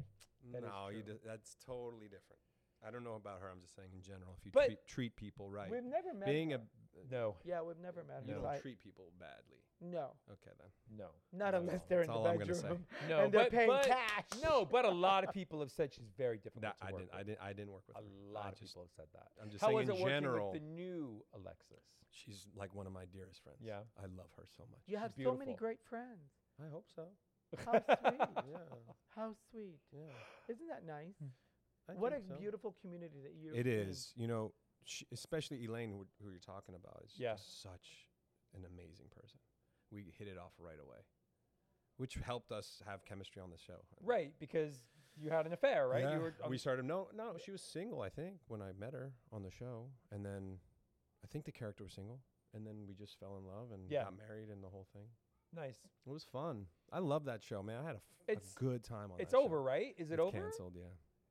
B: That is
C: no, you
B: true.
C: di- that's totally different. I don't know about her. I'm just saying in general. If you
B: But-
C: treat, treat people right,
A: We've never met.
C: being
A: her.
C: a
B: No,
A: yeah, we've never met.
C: you
A: her.
C: don't
A: so I-
C: treat people badly.
A: no,
C: Okay then.
B: no,
A: not
C: That's
A: unless
C: all-
A: they're
C: that's
A: in
C: all
A: the
C: I'm gonna say.
A: bedroom
B: no.
A: and they're
B: but-
A: paying
B: but-
A: cash.
B: No, but a lot of people have said she's very difficult.
C: That
B: to
C: I
B: work
C: didn't. I
B: with.
C: didn't. I didn't work with.
B: A
C: her. I
B: lot of
C: just-
B: people have said that.
C: I'm just
B: How
C: saying
B: is
C: in
B: it working
C: general.
B: with the new Alexis?
C: She's like one of my dearest friends.
B: Yeah.
C: I love her so much.
A: You have so many
B: beautiful.
A: great friends.
C: I hope so.
A: How sweet.
C: Yeah.
A: How sweet.
C: Yeah.
A: Isn't that nice?
C: I
A: what a
C: think so.
A: beautiful community that you.
C: It is. You know, she, especially Elaine, who, who you're talking about, is
B: Yeah.
C: just such an amazing person. We hit it off right away, which helped us have chemistry on the show.
B: Right, because you had an affair, right?
C: Yeah.
B: You were oh, um,
C: we started. No, no, she was single. I think when I met her on the show, and then I think the character was single, and then we just fell in love and
B: Yeah.
C: got married and the whole thing.
B: nice.
C: It was fun. I love that show, man. I had a, f- a
B: It's-
C: good time on.
B: It's
C: that show.
B: over, right? Is it
C: Oh, It's
B: over?
C: Canceled. Yeah.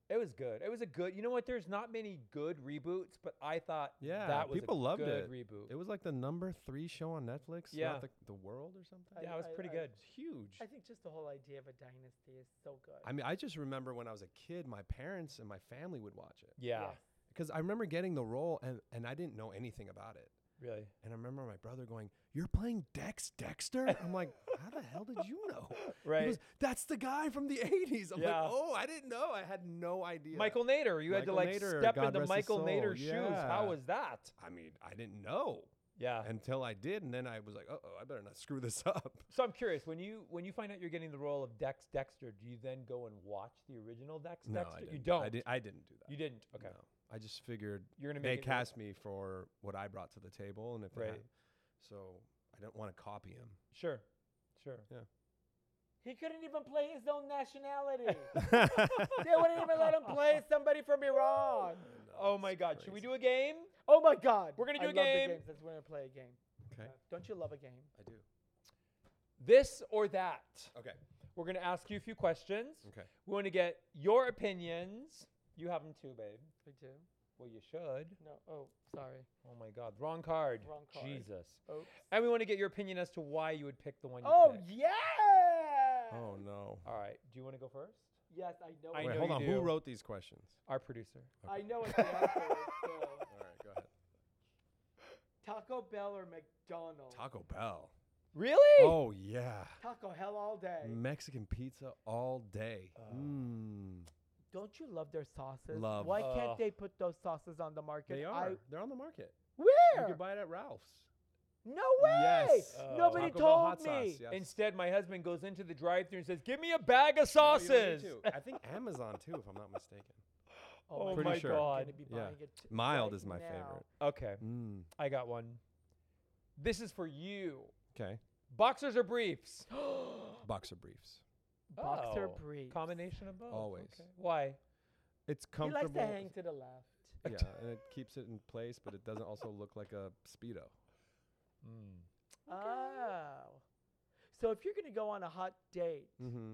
B: It was good. It was a good. You know what? There's not many good reboots, but I thought
C: Yeah,
B: that was
C: people
B: a
C: loved
B: good
C: it.
B: reboot.
C: It was like the number three show on Netflix.
B: Yeah.
C: Not the, the world or something.
B: yeah, it was pretty
A: I-
B: good.
C: It's huge.
A: I think just the whole idea of a dynasty is so good.
C: I mean, I just remember when I was a kid, my parents and my family would watch it
B: Yeah,
A: Yes.
C: because I remember getting the role and, and I didn't know anything about it.
B: really.
C: And I remember my brother going, "You're playing Dex Dexter." I'm like, "How the hell did you know?" He
B: Right.
C: goes, That's the guy from the '80s. I'm
B: Yeah.
C: like, "Oh, I didn't know. I had no idea."
B: Michael Nader. You had to
C: Michael
B: like
C: Nader,
B: step
C: God
B: into
C: rest his
B: Michael
C: soul.
B: Nader shoes. How
C: Yeah.
B: was that?
C: I mean, I didn't know
B: Yeah.
C: until I did, and then I was like, "Oh, I better not screw this up."
B: so I'm curious when you when you find out you're getting the role of Dex Dexter, do you then go and watch the original Dex
C: No,
B: Dexter?
C: I didn't.
B: You don't.
C: I, did, I didn't do that.
B: You didn't. Okay.
C: No. I just figured
B: You're gonna
C: they
B: make it your-
C: cast me for what I brought to the table, and if they
B: Right.
C: have- so I don't want to copy him.
B: Sure. Sure.
A: He couldn't even play his own nationality. they wouldn't even let him play somebody from Iran.
B: Oh my God! Should we do a game?
A: Oh my God.
B: We're gonna
A: I
B: do a
A: love
B: game.
A: The games. That's when I play a game. Uh,
C: Okay,
A: Don't you love a game?
C: I do.
B: This or that.
C: Okay,
B: We're gonna ask you a few questions.
C: okay.
B: We want to get your opinions. You have them too, babe.
A: I do.
B: Well, you should.
A: No. Oh, sorry.
B: Oh my God! Wrong card.
A: Wrong card.
B: Jesus.
A: Oops.
B: And we want to get your opinion as to why you would pick the one you
A: Oh
B: picked.
A: yeah.
C: Oh no.
B: All right. Do you want to go first?
A: Yes, I know.
B: I
A: it.
C: Wait,
B: know
C: hold
B: you
C: on.
B: do.
C: Who wrote these questions?
B: Our producer.
A: I know it's the answer. so.
C: All right, go ahead.
A: Taco Bell or McDonald's?
C: Taco Bell.
B: Really?
C: Oh yeah.
A: Taco Hell all day.
C: Mexican pizza all day. Mm.
A: Don't you love their sauces?
C: Love.
A: Why
B: Uh,
A: can't they put those sauces on the market?
C: They
A: I-
C: are. They're on the market. You
A: where?
C: can buy it at Ralph's.
A: No way.
C: Yes.
B: Oh.
A: Nobody
C: Taco Bell
A: told
C: hot sauce,
A: me.
C: yeah.
B: Instead, my husband goes into the drive-through and says, "Give me a bag of
C: No, you
B: sauces."
C: don't need to. I think Amazon too, if I'm not mistaken.
B: Oh
C: Pretty
B: my
C: sure.
A: I'm
B: God.
A: gonna be
C: Yeah.
A: buying it t-
C: Mild
A: right
C: is my
A: now.
C: favorite.
B: Okay,
C: Mm.
B: I got one. This is for you.
C: Okay.
B: Boxers or briefs?
C: Boxer briefs.
A: Boxer
B: Oh,
A: briefs.
B: Combination of both.
C: Always.
B: Okay. Why?
C: It's
A: He likes
C: comfortable.
A: to hang to the left.
C: Yeah, and it keeps it in place, but it doesn't also look like a speedo.
A: Oh. So if you're gonna go on a hot date,
C: Mm-hmm.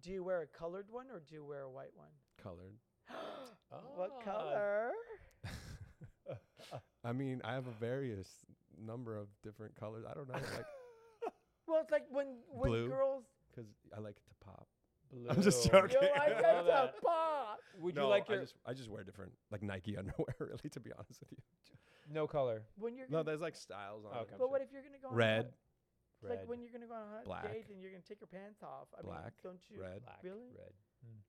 A: do you wear a colored one or do you wear a white one?
C: Colored.
A: What
C: Oh.
B: Ah,
A: color?
C: I mean, I have a various number of different colors. I don't know, like,
A: Well, it's like when when
C: Blue.
A: girls.
C: cause I like it to pop.
B: Blue.
C: I'm just joking.
A: You
C: Okay.
A: like
B: I
A: it to
B: love that.
A: pop.
B: Would you like your
C: I just I just wear different like Nike underwear, really, to be honest with you.
B: no color?
A: When you're.
C: No,
A: gonna-
C: there's like styles on
B: Okay.
C: it.
A: but what if you're gonna go on a hot-
C: red,
A: It's like when you're gonna go on a hot
C: black,
A: date and you're gonna take your pants off. I mean,
C: black,
A: don't you?
C: red.
B: Black,
A: Really?
B: Red. Mm.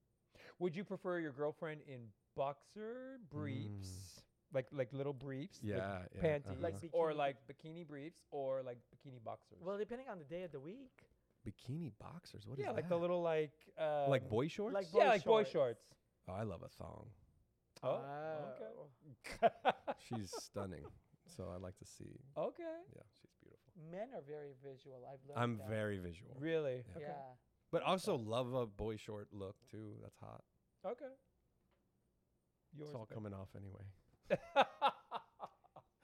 B: Would you prefer your girlfriend in boxer briefs, like like little briefs, like
C: Hmm. Yeah, yeah,
B: panties,
A: Like uh-huh.
B: or
A: bikini-
B: like bikini briefs, or like bikini boxers?
A: Well, depending on the day of the week.
C: bikini boxers. What is
B: yeah, like the
C: that?
B: little like um,
C: like boy shorts.
A: uh, like-
B: yeah,
A: boy
B: like boy
A: shorts.
B: shorts.
C: oh, I love a thong.
B: Oh,
C: Uh,
A: Oh.
B: okay,
C: She's stunning, so I like to see.
B: okay,
C: Yeah, she's beautiful.
A: Men are very visual. I've learned.
C: I'm
A: that.
C: very visual,
B: really,
A: Yeah.
B: okay,
C: but also love a boy short look too. That's hot.
B: okay. Yours
C: it's all
B: babe.
C: coming off anyway.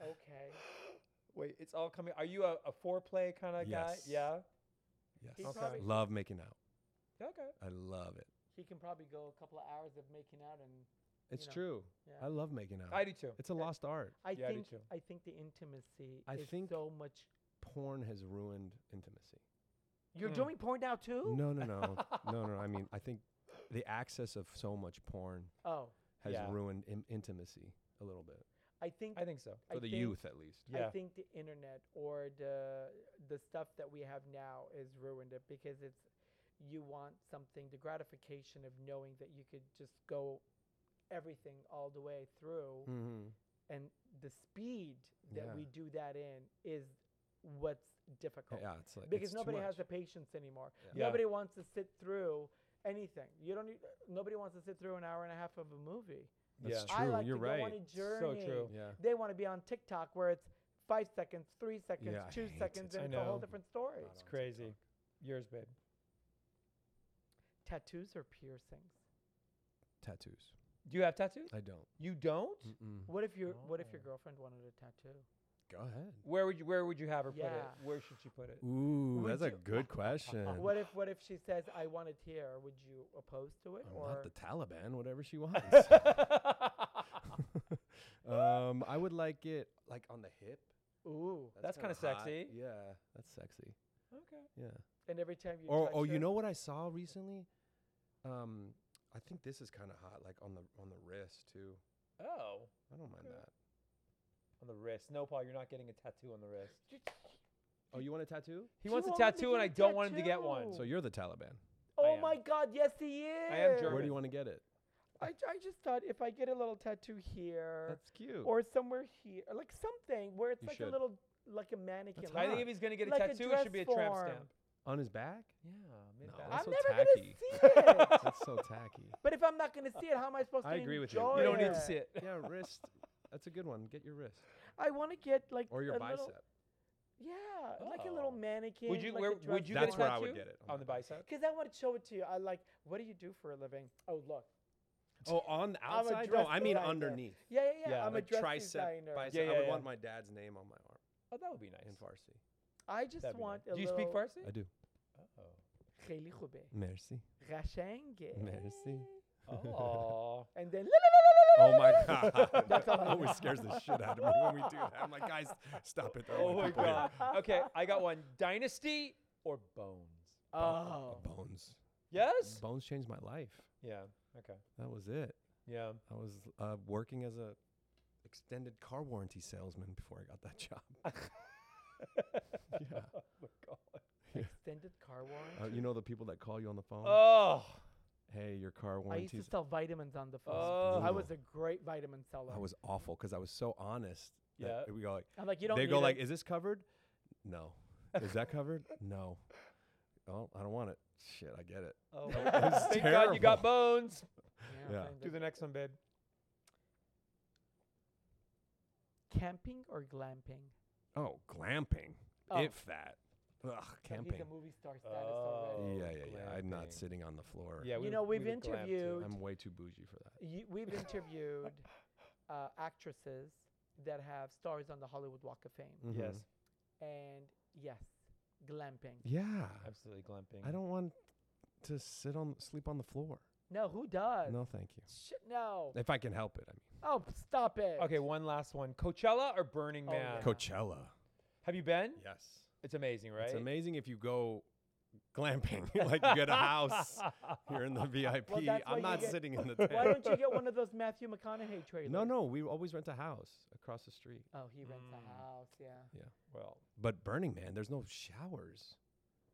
A: Okay.
B: Wait, it's all coming. Are you a, a foreplay kind of guy?
C: Yes.
B: Yeah.
A: He
C: Yes,
B: Okay.
A: probably
C: love making out.
B: Okay.
C: I love it.
A: he can probably go a couple of hours of making out and
C: It's
A: know,
C: true.
A: yeah.
C: I love making out.
B: I do too.
C: Uh-huh. it's a lost art.
A: I
B: Yeah, I do
A: think
B: too.
A: I think the intimacy
C: I
A: is
C: think-
A: so much.
C: Porn has ruined intimacy.
A: You're
B: Mm.
A: doing porn now too?
C: No, no, no, no, no. I mean, I think the access of so much porn
A: Oh,
C: has
B: Yeah.
E: ruined Im- intimacy a little bit
A: I think
B: I think so.
A: I
C: for the
A: think-
C: youth at least.
B: Yeah.
A: I think the internet or the the stuff that we have now is ruined it because it's you want something the gratification of knowing that you could just go everything all the way through
E: mm-hmm.
A: and the speed that
E: Yeah.
A: we do that in is what's difficult
C: Yeah, it's like
A: because
C: it's too
A: nobody
C: much.
A: has the patience anymore.
B: Yeah.
A: Nobody wants to sit through anything. You don't need, nobody wants to sit through an hour and a half of a movie.
C: That's
B: Yeah.
C: true.
A: I like
C: You're
A: to
C: right.
A: go on a journey.
B: true.
C: Yeah.
A: They want to be on TikTok where it's five seconds, three seconds,
C: Yeah, I
A: two
C: hate it.
A: seconds,
B: I
A: and it's a whole
B: know.
A: different story.
E: Not
B: It's
E: on
B: crazy.
E: TikTok.
B: Yours, babe.
A: Tattoos or piercings?
C: Tattoos.
B: Do you have tattoos?
E: I don't.
B: You don't?
C: Mm-mm.
A: What if your What if your
B: Oh.
A: girlfriend wanted a tattoo?
C: Go ahead.
B: Where would you Where would you have her put it?
A: Yeah.
B: Where should she put it?
C: Ooh,
A: Would
C: that's a
A: you-
C: good question.
A: What if What if she says, "I want it here"? Would you oppose to it?
C: I'm
A: or
C: not the Taliban, whatever she wants. um, I would like it like on the hip.
A: ooh,
B: That's
C: kinda
B: kinda
C: hot.
B: sexy.
C: Yeah, that's sexy.
B: Okay.
C: Yeah.
A: and every time you
C: Or oh,
A: touch
C: you
A: her-
C: know what I saw recently? Um, I think this is kind of hot, like on the on the wrist too.
B: Oh,
C: I don't mind
B: Okay.
C: that.
B: on the wrist. No, Paul, you're not getting a tattoo on the wrist.
C: Oh, you want a tattoo?
B: He
A: You
B: wants a
A: want me to
B: tattoo,
A: get
B: and I
A: a
B: don't want him to get one.
C: So
A: tattoo.
C: you're the Taliban.
B: I
A: Oh
B: am.
A: my God! Yes, he is.
B: I am
C: Where
B: German.
C: do you want to get it?
A: I, I just thought if I get a little tattoo here
C: That's cute.
A: or somewhere here, like something where it's
C: You
A: like
C: should.
A: a little, like a mannequin.
C: That's
A: like-
B: I think if he's gonna get a
A: Like a
B: tattoo, it should be a
A: dress
B: tramp
A: form.
B: stamp.
C: on his back?
B: Yeah, mid
C: No,
B: back.
A: I'm
C: so
A: never
C: tacky.
A: gonna see it.
C: That's so tacky.
A: but if I'm not gonna see it, how am I supposed to
C: I agree with you.
A: enjoy
B: you don't need
A: it?
B: to see it.
C: Yeah, wrist. That's a good one. Get your wrist
A: I want to get like
C: or your
A: a
C: bicep.
A: Little, yeah, like a
B: Oh.
A: little mannequin.
B: Would you?
A: like
B: where,
A: a dress
B: would you get
C: That's
B: a
C: where
B: tattoo?
C: I would get it.
B: On the bicep.
A: Because I want to show it to you. I like. What do you do for a living? Oh look.
C: Oh, on the
A: I'm a
C: outside? No,
A: dress
C: I mean
A: designer.
C: underneath.
A: Yeah, yeah, yeah.
B: Yeah,
A: I'm a
C: like
A: dress
C: tricep,
A: designer.
C: bicep.
B: Yeah,
C: I
B: yeah,
C: would
B: yeah.
C: want my dad's name on my arm
B: Oh, that would be
C: in
B: nice.
C: Farsi.
A: I just
B: That'd be
A: want.
B: nice.
A: A
B: Do you
A: little
B: speak Farsi?
C: I do.
A: خیلی خوبه.
C: Merci.
A: قشنگه.
C: Merci.
B: Oh.
A: And then.
C: Oh my god.
A: That's all
C: that
A: I
C: always
A: got.
C: scares the shit out of me when we do that. I'm like, guys, stop it. They're
B: Oh
C: only
B: my
C: people here."
B: god. Okay, I got one. Dynasty or Bones?
A: Oh.
C: Bones.
B: Yes?
C: Bones changed my life.
B: Yeah. Okay.
C: That was it.
B: Yeah.
C: I was uh, working as a extended car warranty salesman before I got that job. yeah.
B: Oh my god.
A: Extended car warranty.
C: Uh, you know the people that call you on the phone?
B: Oh.
C: hey, your car
A: I used to
C: warranty's.
A: sell vitamins on the phone.
B: Oh.
A: I was a great vitamin seller.
C: I was awful because I was so honest. that
B: Yeah.
C: We go like,
A: I'm like, you don't.
C: they
A: need
C: go
A: it.
C: like, "Is this covered?" No. Is that covered? no. Oh, I don't want it. Shit, I get it.
B: Oh
C: That was
B: Thank God you got
C: terrible.
B: Bones.
A: yeah.
C: yeah.
A: thank
B: Do the
A: God.
B: next one, babe.
A: camping or glamping?
C: Oh, glamping.
A: Oh.
C: If that. Ugh,
A: Like,
C: camping.
A: He's a movie star status
B: Oh.
A: already.
C: yeah, yeah, yeah. I'm
B: glamping.
C: not sitting on the floor.
B: Yeah,
A: You
B: we would-
A: know,
B: we
A: we've
B: would glam too.
A: interviewed-
C: I'm way too bougie for that.
A: You, we've interviewed uh, actresses that have stars on the Hollywood Walk of Fame,
B: Yes.
C: Mhm.
A: and yes, glamping.
C: Yeah.
B: Absolutely glamping.
C: I don't want to sit on sleep on the floor.
A: No, who does?
C: No, thank you.
A: Shit, no.
C: If I can help it, I mean.
A: Oh, stop it.
B: Okay, one last one. Coachella or Burning
A: Oh,
B: Man?
A: yeah. Co-
C: Coachella.
B: Have you been?
C: Yes.
B: It's amazing, right?
C: It's amazing if you go glamping, like you get a house. You're in the VIP.
A: Well, that's why
C: I'm
A: you
C: not
A: get-
C: sitting in the tent.
A: Why don't you get one of those Matthew McConaughey trailers?
C: No, no, we always rent a house across the street.
A: Oh, he rents
B: Mm.
A: a house. Yeah.
B: Well,
C: But Burning Man, there's no showers,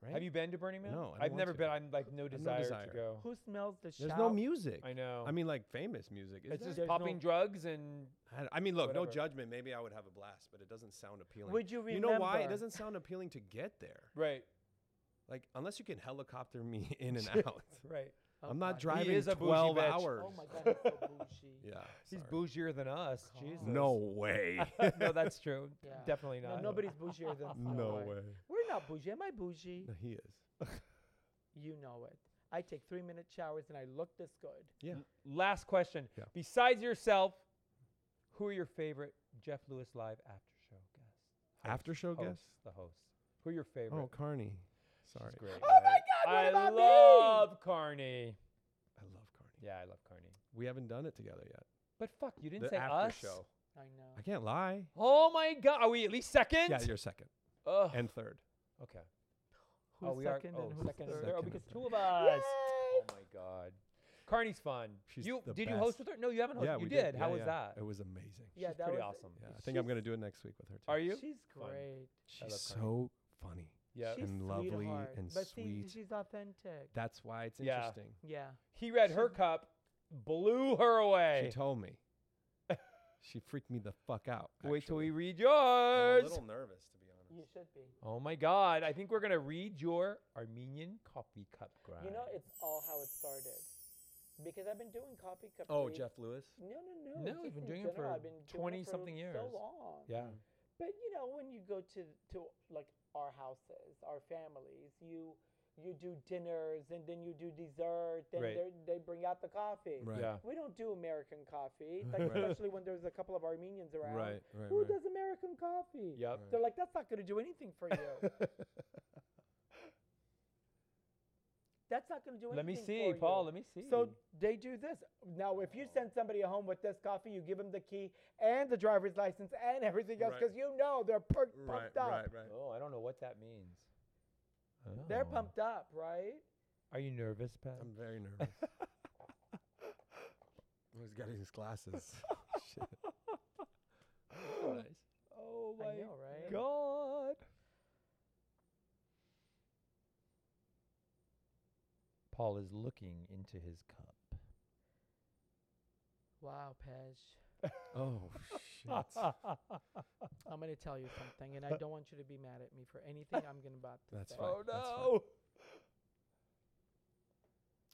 C: right?
B: have you been to Burning Man?
C: No, I don't
B: I've
C: want
B: never
C: to.
B: been. I'm like no
C: no
B: desire,
C: desire.
B: to go.
A: Who smells the
C: There's
A: shower?
C: no music.
B: I
C: I,
B: know.
C: mean, like famous music. Is
B: it's
C: there?
B: just
A: There's
B: popping
A: no-
B: drugs and
C: I- I mean, look, no
B: whatever.
C: judgment. Maybe I would have a blast, but it doesn't sound appealing.
A: Would you
C: you
A: remember?
C: know why? It doesn't sound appealing to get there.
B: right,
C: Like unless you can helicopter me in and out.
B: right.
A: Oh,
C: I'm not
A: God.
C: driving
B: is a bougie
C: 12
B: bitch.
C: hours.
A: Oh my God, it's so bougie.
C: Yeah.
B: He's
C: sorry.
B: bougier than us.
A: God.
B: Jesus.
C: No way.
B: no, that's true.
A: Yeah.
B: Definitely
A: No,
B: not.
A: nobody's bougier than
B: Oh
C: no
A: Starlight.
C: way.
A: We're not bougie. Am I bougie?
C: No, he is.
A: You know it. I take three minute showers and I look this good.
C: Yeah.
B: Last question.
C: Yeah.
B: Besides yourself, who are your favorite Jeff Lewis live after show guests? Host-
C: After show
B: hosts,
C: guests?
B: The host. Who are your favorite?
C: Oh, Carney.
B: She's
C: Sorry.
B: great,
A: Oh my
B: right?
A: God, what
B: I
A: about me?
B: love Carney.
C: I love Carney.
B: Yeah, I love Carney.
C: We haven't done it together yet.
B: But fuck, you didn't
C: the
B: say
C: after
B: us.
C: show.
A: I know.
C: I can't lie.
B: Oh my god, are we at least second?
C: Yeah, you're second
B: Ugh.
C: and third.
B: okay.
A: Who's
B: we
A: second
B: are, oh,
A: and who's
B: second and
A: third?
B: third. Oh,
C: Second
B: because
C: and
B: two of us.
A: Yay!
B: Oh my god. Carney's fun.
C: She's
B: you
C: the
B: did you host
C: best.
B: with her? No, you haven't. Hosted.
C: yeah,
B: you
C: we
B: did. How
C: Yeah,
B: was
C: yeah.
B: that?
C: It was amazing.
A: Yeah,
B: She's
A: that
B: pretty
A: was-
B: awesome.
C: Yeah, I
A: She's-
C: think I'm gonna do it next week with her. Too.
B: Are you?
A: She's
B: Fun.
A: great.
B: love
C: She's
B: Carney.
C: so funny.
B: yeah.
A: She's
C: and lovely
A: sweetheart.
C: and
A: but
C: sweet.
A: See, she's authentic.
C: That's why it's
B: Yeah.
C: interesting.
A: Yeah.
B: He read her
A: She's-
B: cup, blew her away.
C: She told me. she freaked me the fuck out.
B: Wait till we
C: actually.
B: read
F: I'm a
B: yours.
F: little nervous, to be honest.
A: You should be.
B: Oh my God! I think we're gonna read your Armenian coffee cup grind.
A: You know, it's all how it started. Because I've been doing copy cup.
C: Oh,
A: reads-
C: Jeff Lewis.
A: No, no, no.
B: No,
A: just
B: he's been
A: in
B: doing it
A: general,
B: for
A: I've been doing it
B: 20
A: for
B: something
A: So
B: years.
A: long.
B: yeah.
A: But you know, when you go to to like our houses, our families, you you do dinners and then you do dessert. Then
B: Right.
A: they're they bring out the coffee.
C: Right.
B: Yeah.
A: We don't do American coffee, like
C: Right.
A: especially when there's a couple of Armenians around.
C: Right. Right.
A: Who
C: right.
A: does American coffee?
B: Yep.
A: They're like, that's not going to do anything for you. that's not going to do anything.
B: Let me
A: for
B: see,
A: you."
B: Paul. Let me see.
A: So they do this. Now, if you send somebody home with this coffee, you give them the key and the driver's license and everything else
F: Right.
A: because you know they're perked,
F: Right,
A: pumped up.
F: right, right.
B: oh, I don't know what that means.
A: They're
B: Oh.
A: pumped up, right?
B: Are you nervous, Pat?
C: I'm very nervous. Oh, He's got his glasses. Shit. Nice.
B: Oh
A: I
B: my
A: know, right?
B: God. Paul is looking into his cup.
A: Wow, Pej.
C: Oh shit.
A: I'm going to tell you something, and I don't want you to be mad at me for anything I'm going about to
C: That's
A: say.
C: fine.
B: oh
C: Right, that's fine.
B: no.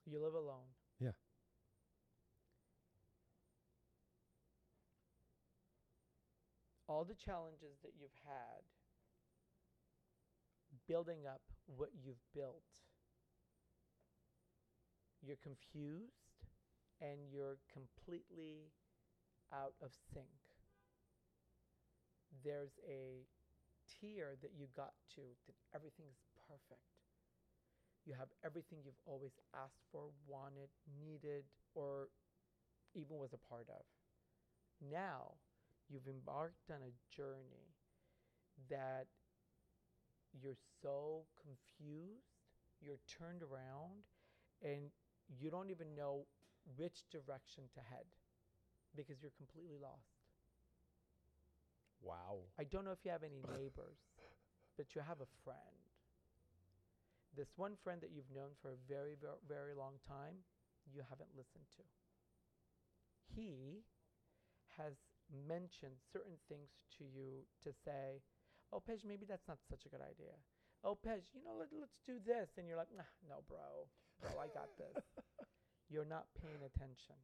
A: You live alone.
C: Yeah.
A: All the challenges that you've had building up what you've built, you're confused and you're completely out of sync. There's a tier that you got to that everything's perfect. You have everything you've always asked for, wanted, needed, or even was a part of. Now you've embarked on a journey that you're so confused, you're turned around, and you don't even know which direction to head because you're completely lost.
B: Wow.
A: I don't know if you have any neighbors, but you have a friend. This one friend that you've known for a very, very, very long time, you haven't listened to. He has mentioned certain things to you to say, oh, Pej, maybe that's not such a good idea. Oh, Pej, you know, let, let's do this. And you're like, nah, no, bro. Bro, I got this. You're not paying attention.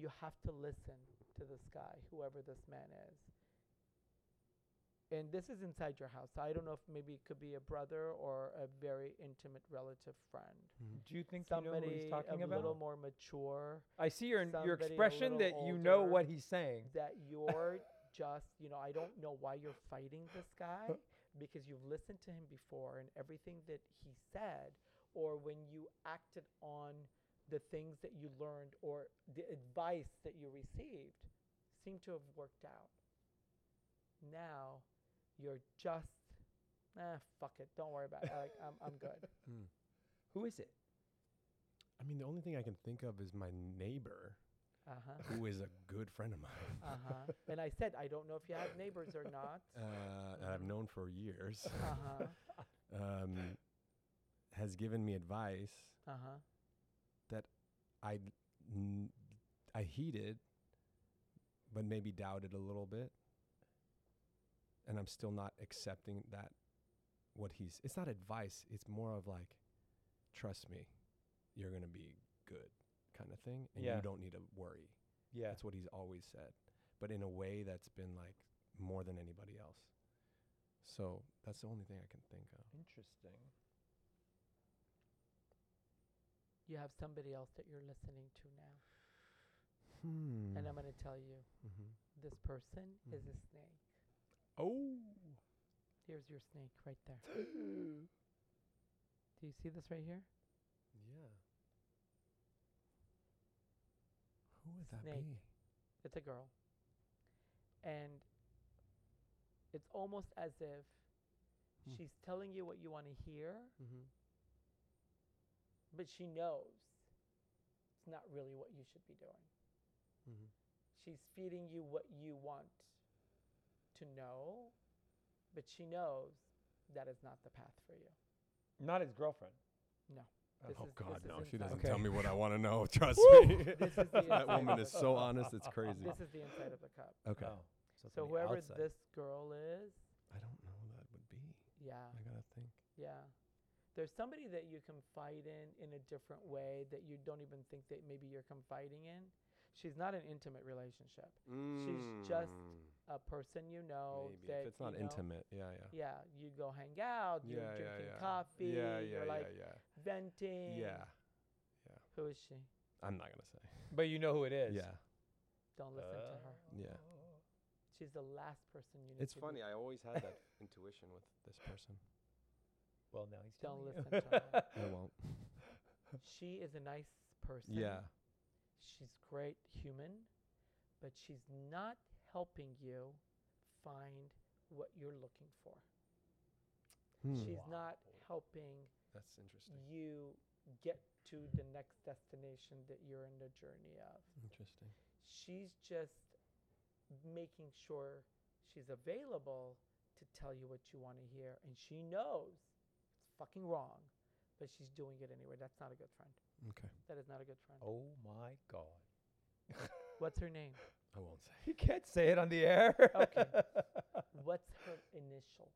A: You have to listen to this guy, whoever this man is and this is inside your house. So I don't know if maybe it could be a brother or a very intimate relative friend.
B: Do you think
A: Somebody
B: you know who he's talking
A: a
B: about?
A: little more mature
B: I see your your
A: somebody a
B: expression that
A: little
B: you know
A: older.
B: what he's saying.
A: that you're just, you know, I don't know why you're fighting this guy because you've listened to him before and everything that he said or when you acted on the things that you learned or the advice that you received seemed to have worked out. Now you're just, ah, fuck it. Don't worry about it. Like, I'm, I'm good.
B: Who is it?
C: I mean, the only thing I can think of is my neighbor,
A: Uh huh.
C: who is a good friend of mine.
A: Uh huh. and I said, I don't know if you have neighbors or not.
C: Uh, that I've known for years,
A: Uh huh.
C: um, has given me advice
A: Uh huh.
C: I n- I heeded, but maybe doubted a little bit, and I'm still not accepting that. What he's it's not advice. It's more of like, trust me, you're gonna be good, kind of thing, and
B: Yeah.
C: you don't need to worry.
B: Yeah.
C: That's what he's always said, but in a way that's been like more than anybody else. So that's the only thing I can think of.
B: Interesting.
A: You have somebody else that you're listening to now.
C: Hmm.
A: And I'm going to tell you
C: Mhm.
A: this person is a snake.
C: Oh,
A: Here's your snake right there. Do you see this right here?
C: yeah. Who would that
A: Snake.
C: be?
A: It's a girl. And it's almost as if
C: Hmm.
A: she's telling you what you want to hear,
C: Mm-hmm.
A: but she knows it's not really what you should be doing.
C: Mm-hmm.
A: She's feeding you what you want to know, but she knows that is not the path for you.
B: Not his girlfriend.
A: No.
C: oh
A: is-
C: God,
A: is
C: no! She
A: inside-
C: doesn't
B: Okay.
C: tell me what I want to know. Trust me.
A: This is the
C: that
A: inside
C: woman
A: of
C: is
A: the-
C: so honest. It's crazy.
A: This is the inside of the cup.
C: Okay.
B: Oh, it's
A: So
B: on the
A: whoever
B: outside.
A: this girl is,
C: I don't know who that would be.
A: yeah,
C: I gotta think.
A: yeah. There's somebody that you confide in in a different way that you don't even think that maybe you're confiding in. She's not an intimate relationship. She's just a person you know
C: Maybe
A: that
C: Hmm. if it's not
A: you know-
C: intimate. Yeah, yeah.
A: Yeah, you go hang out, you're
C: yeah,
A: drinking
C: yeah, yeah.
A: coffee,
C: Yeah, yeah,
A: you're
C: yeah,
A: like
C: yeah.
A: venting.
C: Yeah.
A: Who is she?
C: I'm not gonna say.
B: But you know who it is.
C: Yeah,
A: Oh, Don't listen to her.
C: yeah.
A: She's the last person you need
C: It's
A: to be-
C: funny. I always had that intuition with this person.
B: Well, now he's
A: Don't
B: telling you.
A: listen to her.
C: I won't.
A: She is a nice person.
C: Yeah.
A: She's great human, but she's not helping you find what you're looking for.
C: Hmm.
A: She's not helping
C: That's interesting.
A: you get to the next destination that you're in the journey of.
C: Interesting.
A: She's just making sure she's available to tell you what you want to hear. And she knows it's fucking wrong, but she's doing it anyway. That's not a good friend.
C: Okay.
A: That is not a good friend.
B: Oh my God.
A: What's her name?
C: I won't say.
B: You can't say it on the air.
A: Okay. What's her initial?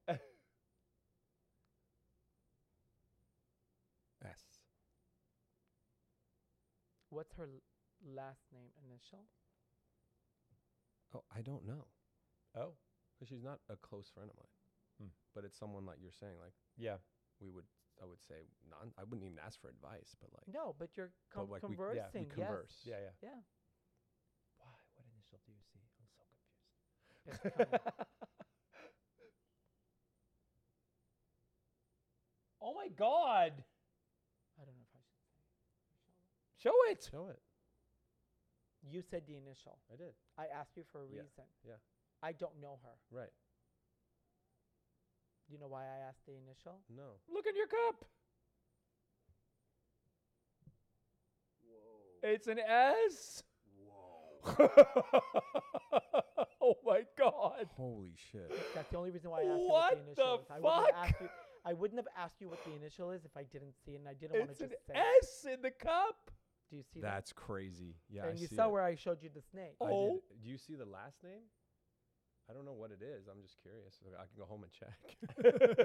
C: S.
A: What's her l- last name initial?
C: Oh, I don't know.
B: oh,
C: Cause she's not a close friend of mine.
B: Hmm.
C: But it's someone like you're saying. Like
B: yeah.
C: we would. I would say non. I wouldn't even ask for advice. But like.
A: No, but you're com-
C: but like we-
A: conversing. yes.
C: We, converse.
B: Yeah, yeah.
A: Yeah.
B: Why? What initial do you see? I'm so confused.
A: It's coming.
B: Oh my God.
A: I don't know if I should say.
B: Show it.
C: Show it.
A: it. You said the initial.
C: I did.
A: I asked you for a
C: Yeah,
A: reason.
C: yeah.
A: I don't know her.
C: Right.
A: You know why I asked the initial?
C: No.
B: Look in your cup. It's an S. Whoa. oh my God.
C: Holy shit.
A: That's the only reason why I asked you
B: What
A: what
B: the
A: the initial is. I wouldn't, have
B: fuck?
A: asked you, I wouldn't have asked you what the initial is if I didn't see it and I didn't want to
B: It's
A: just
B: an
A: say it.
B: S in the cup.
A: Do you see
C: That's crazy. Yeah.
A: that? And
C: I
A: you
C: see
A: saw
C: it.
A: where I showed you the snake.
C: I did-
B: Oh.
C: Do you see the last name? I don't know what it is. I'm just curious. I can go home and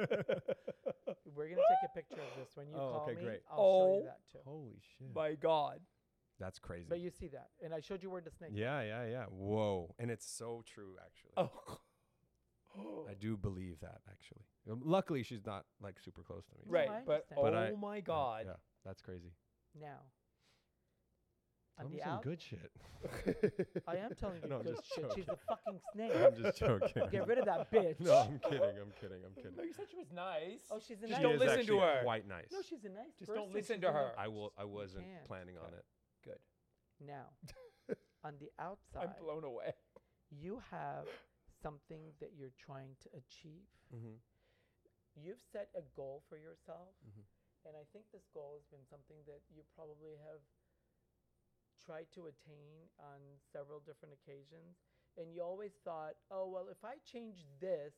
C: check.
A: We're going to take a picture of this when you
C: Oh,
A: call
C: okay,
A: me.
C: great.
A: I'll show
B: Oh.
A: you that too.
C: Holy shit.
B: my God.
C: That's crazy.
A: But you see that. And I showed you where the snake
C: yeah, yeah, yeah. Whoa. And it's so true, actually.
B: Oh.
C: I do believe that, actually. Um, Luckily, she's not like super close to me.
A: Right,
B: Right,
A: I
B: but
A: understand.
B: oh
C: But I-
B: my
C: Yeah,
B: god.
C: Yeah, that's crazy.
A: now.
C: Tell
A: On
C: me
A: the
C: some
A: out,
C: good shit.
A: I am telling you
C: No, I'm
A: good
C: just
A: shit. She's a fucking snake.
C: I'm just joking.
A: Get rid of that bitch.
C: no, I'm kidding. I'm kidding. I'm kidding.
B: No, you said she was nice.
A: Oh, she's a
B: Just
A: nice.
B: don't
C: is
B: listen to
C: actually
B: her.
C: Quite nice.
A: No, she's a nice.
B: Just don't
A: person.
B: listen
A: She's
B: to
A: a
B: her.
C: I will. I wasn't
A: can't.
C: planning on
B: Okay.
C: it.
B: good.
A: Now, on the
B: I'm
A: outside,
B: blown away.
A: you have something that you're trying to achieve.
C: Mhm.
A: You've set a goal for yourself,
C: Mhm.
A: and I think this goal has been something that you probably have tried to attain on several different occasions. And you always thought, oh, well, if I change this,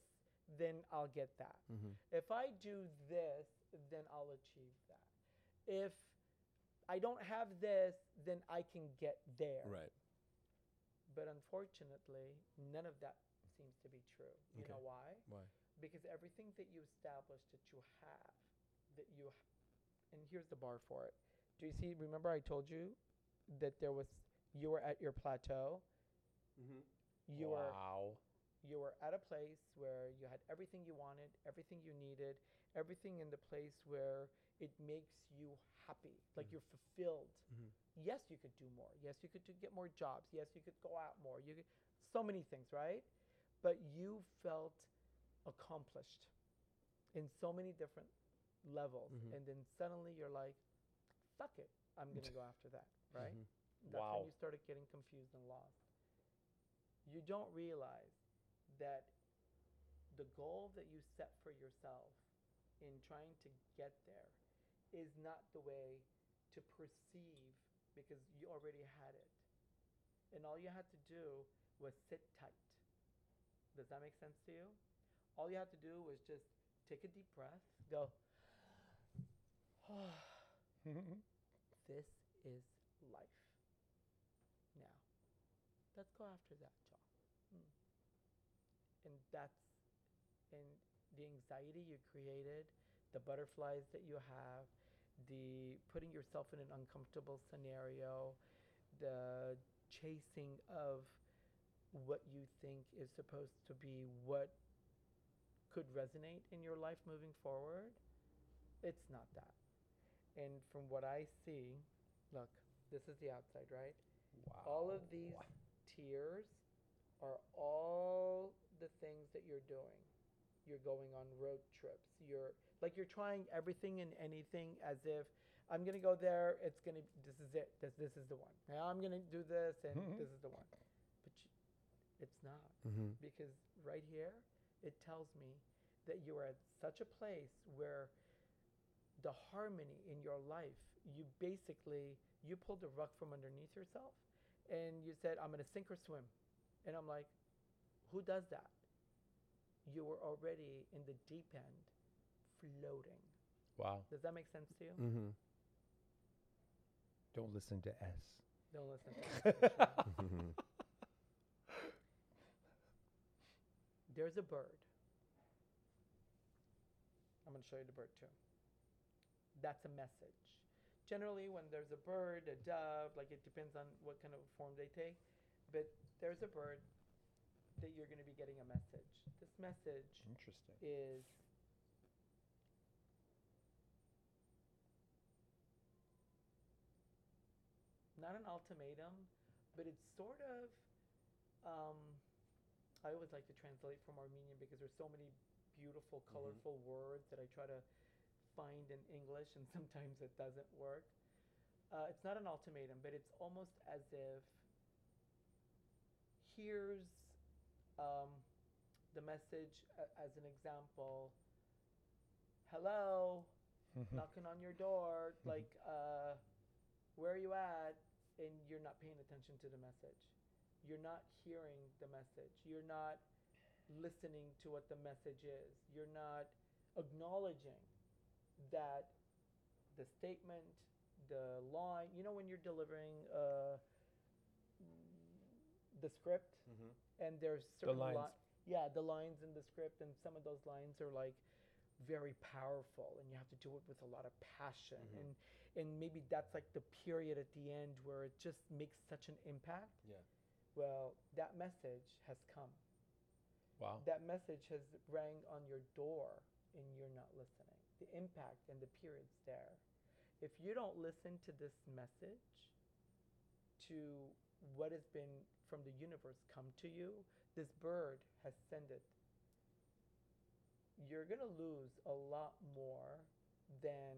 A: then I'll get that.
C: Mm-hmm.
A: If I do this, then I'll achieve that. If I don't have this, then I can get there.
C: Mm-hmm. Right.
A: But unfortunately, none of that seems to be true. You
C: Okay.
A: know why?
C: Why?
A: Because everything that you establish that you have, that you, h- and here's the bar for it. Do you see? Remember, I told you that there was you were at your plateau. You were
B: wow.
A: you were at a place where you had everything you wanted, everything you needed, everything in the place where it makes you happy, like you're fulfilled. Yes, you could do more. Yes, you could do, get more jobs. Yes, you could go out more. You could, so many things, right? But you felt accomplished in so many different levels, and then suddenly you're like, "Fuck it, I'm gonna go after that."
B: Mm-hmm.
A: Right? That's
B: Wow.
A: when you started getting confused and lost. You don't realize that the goal that you set for yourself in trying to get there is not the way to perceive because you already had it. And all you had to do was sit tight. Does that make sense to you? All you had to do was just take a deep breath, go, this is life. Now, let's go after that, y'all. Mm. And that's, and the anxiety you created, the butterflies that you have, the putting yourself in an uncomfortable scenario, the chasing of what you think is supposed to be what could resonate in your life moving forward, it's not that. And from what I see, look, this is the outside, right? All of these tears are all the things that you're doing. You're going on road trips. You're like you're trying everything and anything as if I'm gonna go there. It's gonna this is it. This this is the one. Now I'm gonna do this and this is the one. But you, it's not
C: Mm-hmm.
A: because right here it tells me that you are at such a place where the harmony in your life you basically you pulled the rug from underneath yourself and you said i'm going to sink or swim and i'm like who does that you were already in the deep end floating
B: Wow.
A: does that make sense to you
D: Mm-hmm.
B: Don't listen to S.
A: don't listen to that.
C: Mm-hmm.
A: there's a bird i'm going to show you the bird too that's a message generally when there's a bird a dove like it depends on what kind of form they take but there's a bird that you're going to be getting a message this message
B: Interesting.
A: is not an ultimatum, but it's sort of. Um, I always like to translate from Armenian because there's so many beautiful, colorful words that I try to find in English, and sometimes it doesn't work. Uh, it's not an ultimatum, but it's almost as if here's um, the message a- as an example. Hello,
B: Mm-hmm. Hmm.
A: knocking on your door. Like, uh, where are you at? And you're not paying attention to the message. You're not hearing the message. You're not listening to what the message is. You're not acknowledging that the statement, the line, you know, when you're delivering uh, the script, and there's certain li-
B: lines.
A: yeah, the lines in the script, and some of those lines are like very powerful, and you have to do it with a lot of passion, and and maybe that's like the period at the end where it just makes such an impact.
C: Yeah.
A: Well, that message has come.
B: Wow.
A: That message has rang on your door and you're not listening. The impact and the period's there. If you don't listen to this message, to what has been from the universe come to you, this bird has sent it. You're going to lose a lot more than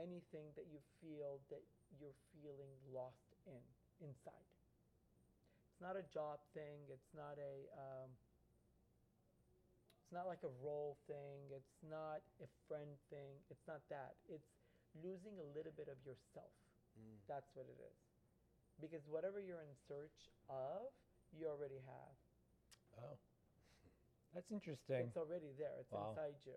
A: anything that you feel that you're feeling lost in inside. It's not a job thing. It's not a um, it's not like a role thing. It's not a friend thing. It's not that. It's losing a little bit of yourself. That's what it is. Because whatever you're in search of, you already have.
B: Oh. That's interesting.
A: It's already there. It's
B: Wow.
A: inside you.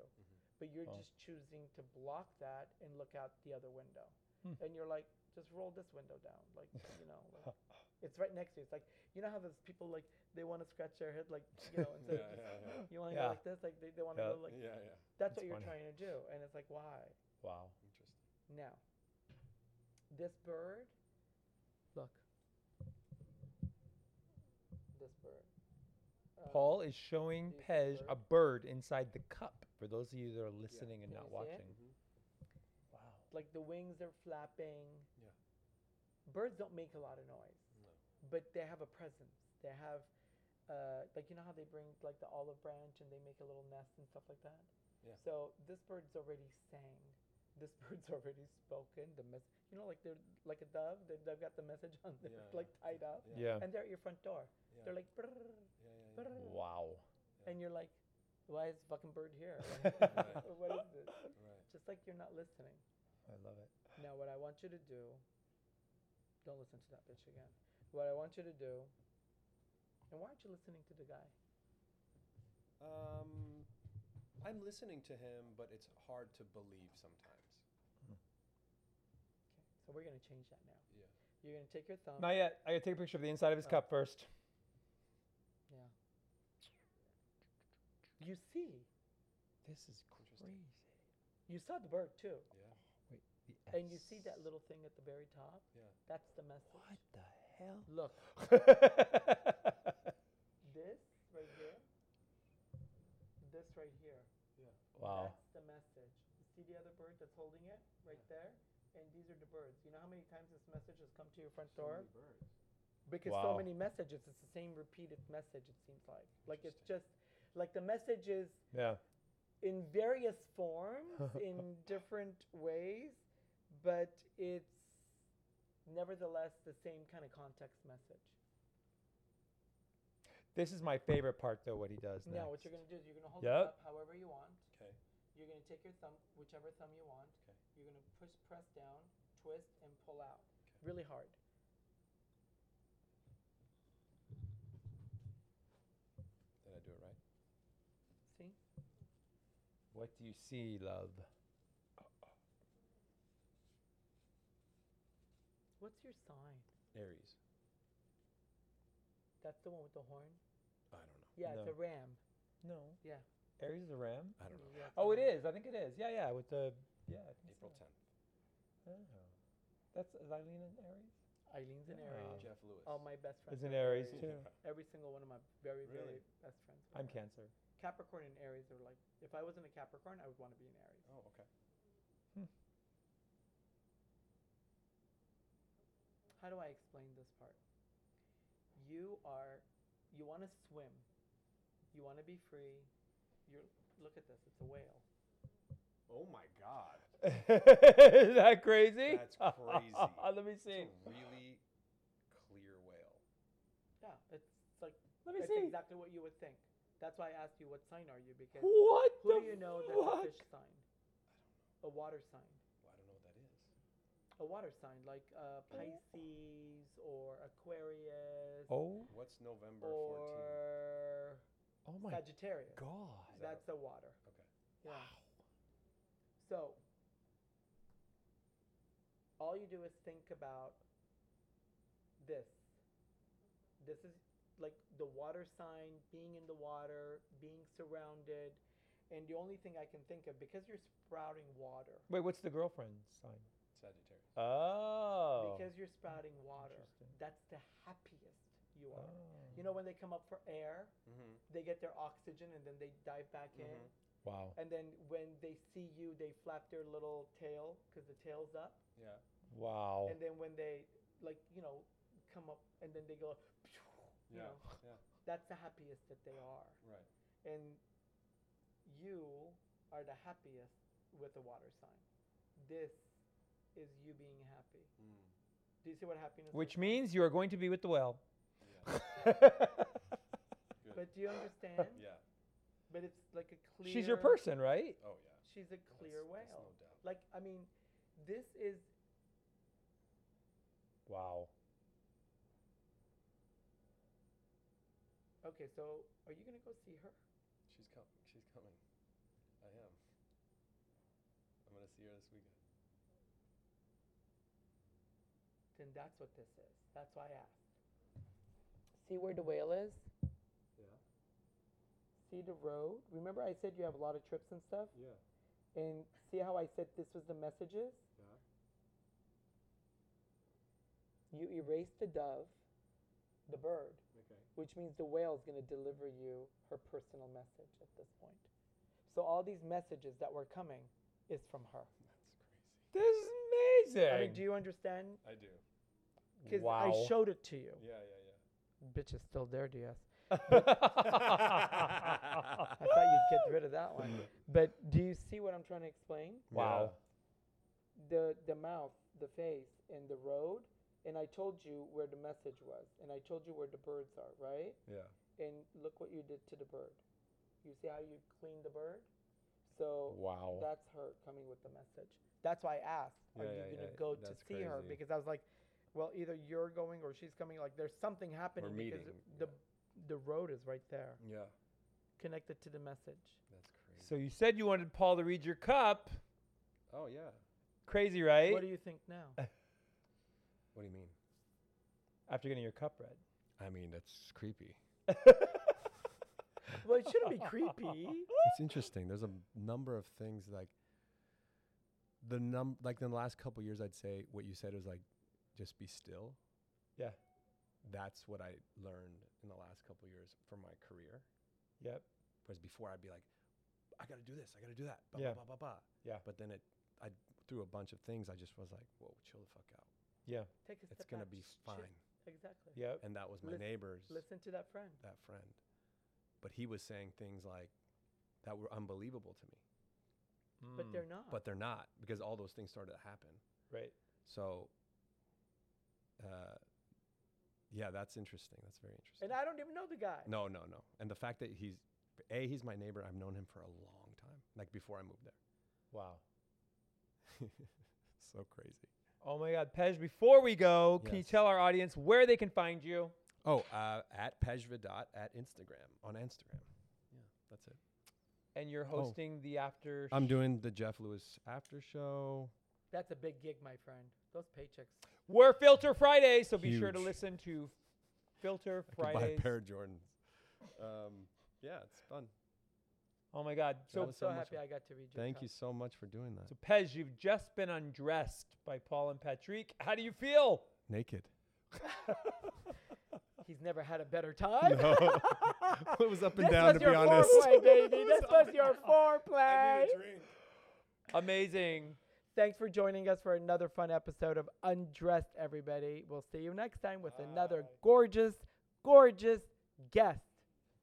A: But you're
B: Wow.
A: just choosing to block that and look out the other window.
B: Hmm.
A: And you're like, just roll this window down. Like, you know, like, it's right next to you. It's like, you know how those people, like, they want to scratch their head, like, you know, instead of
C: Yeah,
A: just,
C: yeah, yeah.
A: you want to
B: Yeah.
A: go like this, like, they, they want to
B: Yeah.
A: go like,
C: yeah, yeah.
A: that's what
B: It's
A: you're
B: funny.
A: trying to do. And it's like, why?
B: Wow.
C: Interesting.
A: Now, this bird, look. This bird. Uh,
B: Paul is showing
A: do you see
B: Pej
A: a
B: a bird inside the cup for those of you that are listening and
A: Can
B: not
A: you see it?
B: watching. Wow.
A: Like the wings are flapping.
C: Yeah.
A: Birds don't make a lot of noise,
C: No.
A: but they have a presence. They have, uh, like, you know how they bring, like, the olive branch and they make a little nest and stuff like that?
C: Yeah.
A: So this bird's already sang. This bird's already spoken. The mess, you know, like they're like a dove. They've, they've got the message on their
C: Yeah,
A: like tied up.
C: Yeah.
B: Yeah.
A: and they're at your front door.
C: Yeah.
A: They're like, "Brrr,
C: Yeah, yeah, yeah.
A: brrr,"
B: Wow.
A: and you're like, why is fucking bird here?
C: Right.
A: Or what is this?
C: Right.
A: Just like you're not listening.
B: I love it.
A: Now, what I want you to do Don't listen to that bitch again. What I want you to do, and why aren't you listening to the guy?
C: Um, I'm listening to him, but it's hard to believe sometimes.
A: Okay, so we're gonna change that now.
C: Yeah.
A: You're gonna take your thumb.
B: Not yet. I gotta take a picture of the inside of his
A: Oh.
B: cup first.
A: yeah. You see,
B: This is crazy.
C: Interesting.
A: you saw the bird too,
C: Yeah.
B: The
A: and you see that little thing at the very top.
C: Yeah.
A: That's the message.
B: What the hell?
A: Look, this right here, this right here.
B: wow.
A: That's the message. You see the other bird that's holding it right there? And these are the birds. You know how many times this message has come to your front door? Because so
B: Wow.
A: many messages, it's the same repeated message, it seems like. Like it's just, like the message is
B: Yeah.
A: in various forms, in different ways, but it's nevertheless the same kind of context message.
B: This is my favorite part, though. What he does next.
A: Now, what you're going to do is you're going to hold
B: Yep.
A: it up however you want.
C: Okay.
A: You're going to take your thumb, whichever thumb you want.
C: 'Kay.
A: You're going to push, press down, twist, and pull out really hard.
C: Did I do it right?
A: See?
B: What do you see, love?
A: What's your sign?
C: Aries.
A: That's the one with the horn?
C: I don't know.
A: Yeah, it's
B: No.
A: a ram.
B: No.
A: Yeah.
B: Aries is a ram.
C: I don't know.
A: Yeah, it's a
B: Oh, it
A: ram.
B: is. I think it is. Yeah, yeah. With the yeah. I think
C: April
B: so.
C: 10th.
B: Oh. That's is Eileen an Aries.
A: Eileen's an
B: Yeah.
A: Aries.
C: Jeff Lewis.
A: All my best friends.
B: Oh, Is an
A: are
B: Aries too.
A: Every single one of my very, very
C: Really?
A: best friends. are
B: I'm
A: Aries.
B: Cancer.
A: Capricorn and Aries are like, if I wasn't a Capricorn, I would want to be an Aries.
C: oh, okay.
A: How do I explain this part? You are, you want to swim, you want to be free. You're, look at this, it's a whale.
C: Oh my God.
B: is that crazy?
C: That's crazy.
B: Let me see.
C: It's a really clear whale.
A: Yeah, it's like,
B: Let me
A: it's
B: see.
A: exactly what you would think. That's why I asked you what sign are you because
B: What
A: who
B: the
A: do you know
B: fuck?
A: that's a fish sign? A water sign.
C: Well, I don't know what that is.
A: A water sign like uh, Pisces or Aquarius
B: Oh,
C: What's November 14th?
A: or
B: oh my
A: Sagittarius.
B: God.
C: Is that
A: That's the water.
C: Okay.
A: Yeah. So, all you do is think about this. This is like the water sign, being in the water, being surrounded. And the only thing I can think of, because you're sprouting water,
B: Wait, what's the girlfriend sign?
C: Sagittarius.
B: Oh.
A: because you're sprouting water,
B: Interesting.
A: that's the happiest you are.
B: Oh.
A: You know, when they come up for air,
C: Mm-hmm.
A: they get their oxygen and then they dive back in.
C: Mhm.
B: Wow.
A: And then when they see you, they flap their little tail because the tail's up.
C: Yeah.
B: Wow.
A: And then when they, like, you know, come up and then they go, you
C: Yeah.
A: know,
C: Yeah.
A: that's the happiest that they are.
C: Right.
A: And you are the happiest with the water sign. This is you being happy.
C: Mm.
A: Do you see what happiness
B: Which
A: is?
B: means you are going to be with the whale.
C: Yeah.
A: But do you understand?
C: yeah.
A: But it's like a clear.
B: She's your person, right?
C: Oh yeah.
A: She's a
C: That's-
A: clear
C: that's
A: whale.
C: no doubt.
A: Like, I mean, this is
B: Wow.
A: Okay, so are you gonna go see her?
C: She's com- She's coming. I am. I'm gonna see her this weekend.
A: Then that's what this is. That's why I asked. See where the whale is?
C: Yeah.
A: See the road? Remember I said you have a lot of trips and stuff?
C: Yeah.
A: And see how I said this was the messages?
C: Yeah.
A: You erase the dove, the bird,
C: Okay.
A: which means the whale's gonna deliver you her personal message at this point. So all these messages that were coming is from her.
C: That's crazy.
B: This is amazing.
A: I mean, do you understand?
C: I do.
A: Because
B: wow.
A: I showed it to you.
C: Yeah. Yeah. Yeah.
A: Bitch is still there, DS.
B: wow.
A: I thought you'd get rid of that one. But do you see what I'm trying to explain? The the mouth, the face, and the road. And I told you where the message was, and I told you where the birds are, right?
C: Yeah.
A: And look what you did to the bird. You see how you cleaned the bird? So
B: Wow.
A: that's her coming with the message. That's why I asked, are
C: Yeah,
A: you
C: yeah,
A: gonna
C: yeah,
A: go to
C: that's
A: see her?
C: crazy.
A: Because I was like, Well, either you're going or she's coming. Like there's something happening because
C: meeting,
A: the the road is right there,
C: Yeah,
A: connected to the message.
C: that's crazy.
B: So you said you wanted Paul to read your cup.
C: oh yeah.
B: Crazy, right?
A: What do you think now?
C: What do you mean?
B: After getting your cup read.
C: I mean that's creepy.
A: well, it shouldn't be creepy.
C: it's interesting. There's a number of things like the num like in the last couple years I'd say what you said was like just be still.
B: Yeah.
C: That's what I learned in the last couple years from my career.
B: Yep.
C: Whereas before I'd be like, I gotta do this, I gotta do that. Blah
B: Yeah.
C: blah blah blah blah.
B: Yeah.
C: But then it I through a bunch of things I just was like, Whoa, chill the fuck out.
B: Yeah.
A: Take a
C: It's
A: step
C: gonna
A: back.
C: be
A: Sh- sh-
C: fine.
A: Exactly.
B: Yep.
C: And that was my
A: Lis-
C: neighbor's
A: Listen to that friend.
C: that friend. But he was saying things like that were unbelievable to me.
B: Mm.
A: But they're not.
C: Mm. But they're not because all those things started to happen.
B: right.
C: So, uh, yeah, that's interesting. That's very interesting.
A: and I don't even know the guy.
C: no, no, no. And the fact that he's a he's my neighbor. I've known him for a long time, like before I moved
B: Wow.
C: there. so crazy.
B: Oh my God, Pej. Before we go, can you
C: Yes.
B: tell our audience where they can find you?
C: Oh, uh, at Pejvadot at Instagram on Instagram. Yeah, that's it.
B: And you're
C: Oh.
B: hosting the after.
C: I'm doing the Jeff Lewis after show.
A: That's a big gig, my friend. Those paychecks.
B: We're Filter Friday, so be sure to
C: Huge.
B: listen to Filter
C: I could buy
B: Fridays.
C: a pair of Jordans. Um, yeah, it's fun.
B: Oh my God.
C: That
B: So,
A: I'm
C: was
A: so
C: so much
A: happy
C: fun.
A: I got to read your
C: Thank
A: cup.
C: you so much for doing that.
B: so Pej, you've just been undressed by Paul and Patrick. How do you feel?
C: Naked.
A: He's never had a better time.
C: it was up and
A: This
C: down
A: was
C: to be
A: your
C: honest.
A: foreplay, baby. This was your foreplay.
B: Amazing.
A: Thanks for joining us for another fun episode of Undressed, everybody. We'll see you next time with another gorgeous, gorgeous guest.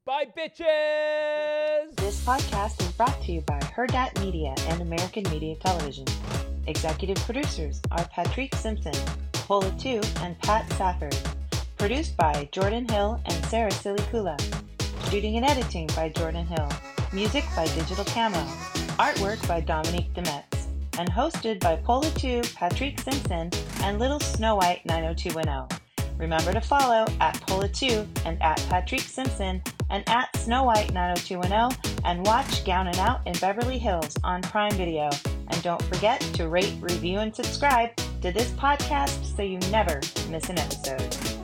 B: Bye, bitches.
E: This podcast is brought to you by Her Dot Media and American Media Television. Executive producers are Patrick Simpson, Paula Tu, and Pat Safford. Produced by Jordan Hill and Sarah Silicula. Shooting and editing by Jordan Hill. Music by Digital Camo. Artwork by Dominique Demetz. And hosted by Paula Tu, Patrick Simpson, and Little Snow White 90210. Remember to follow at Pola 2 and at Patrick Simpson and at Snow White 90210 and watch Gown and Out in Beverly Hills on Prime Video. And don't forget to rate, review, and subscribe to this podcast so you never miss an episode.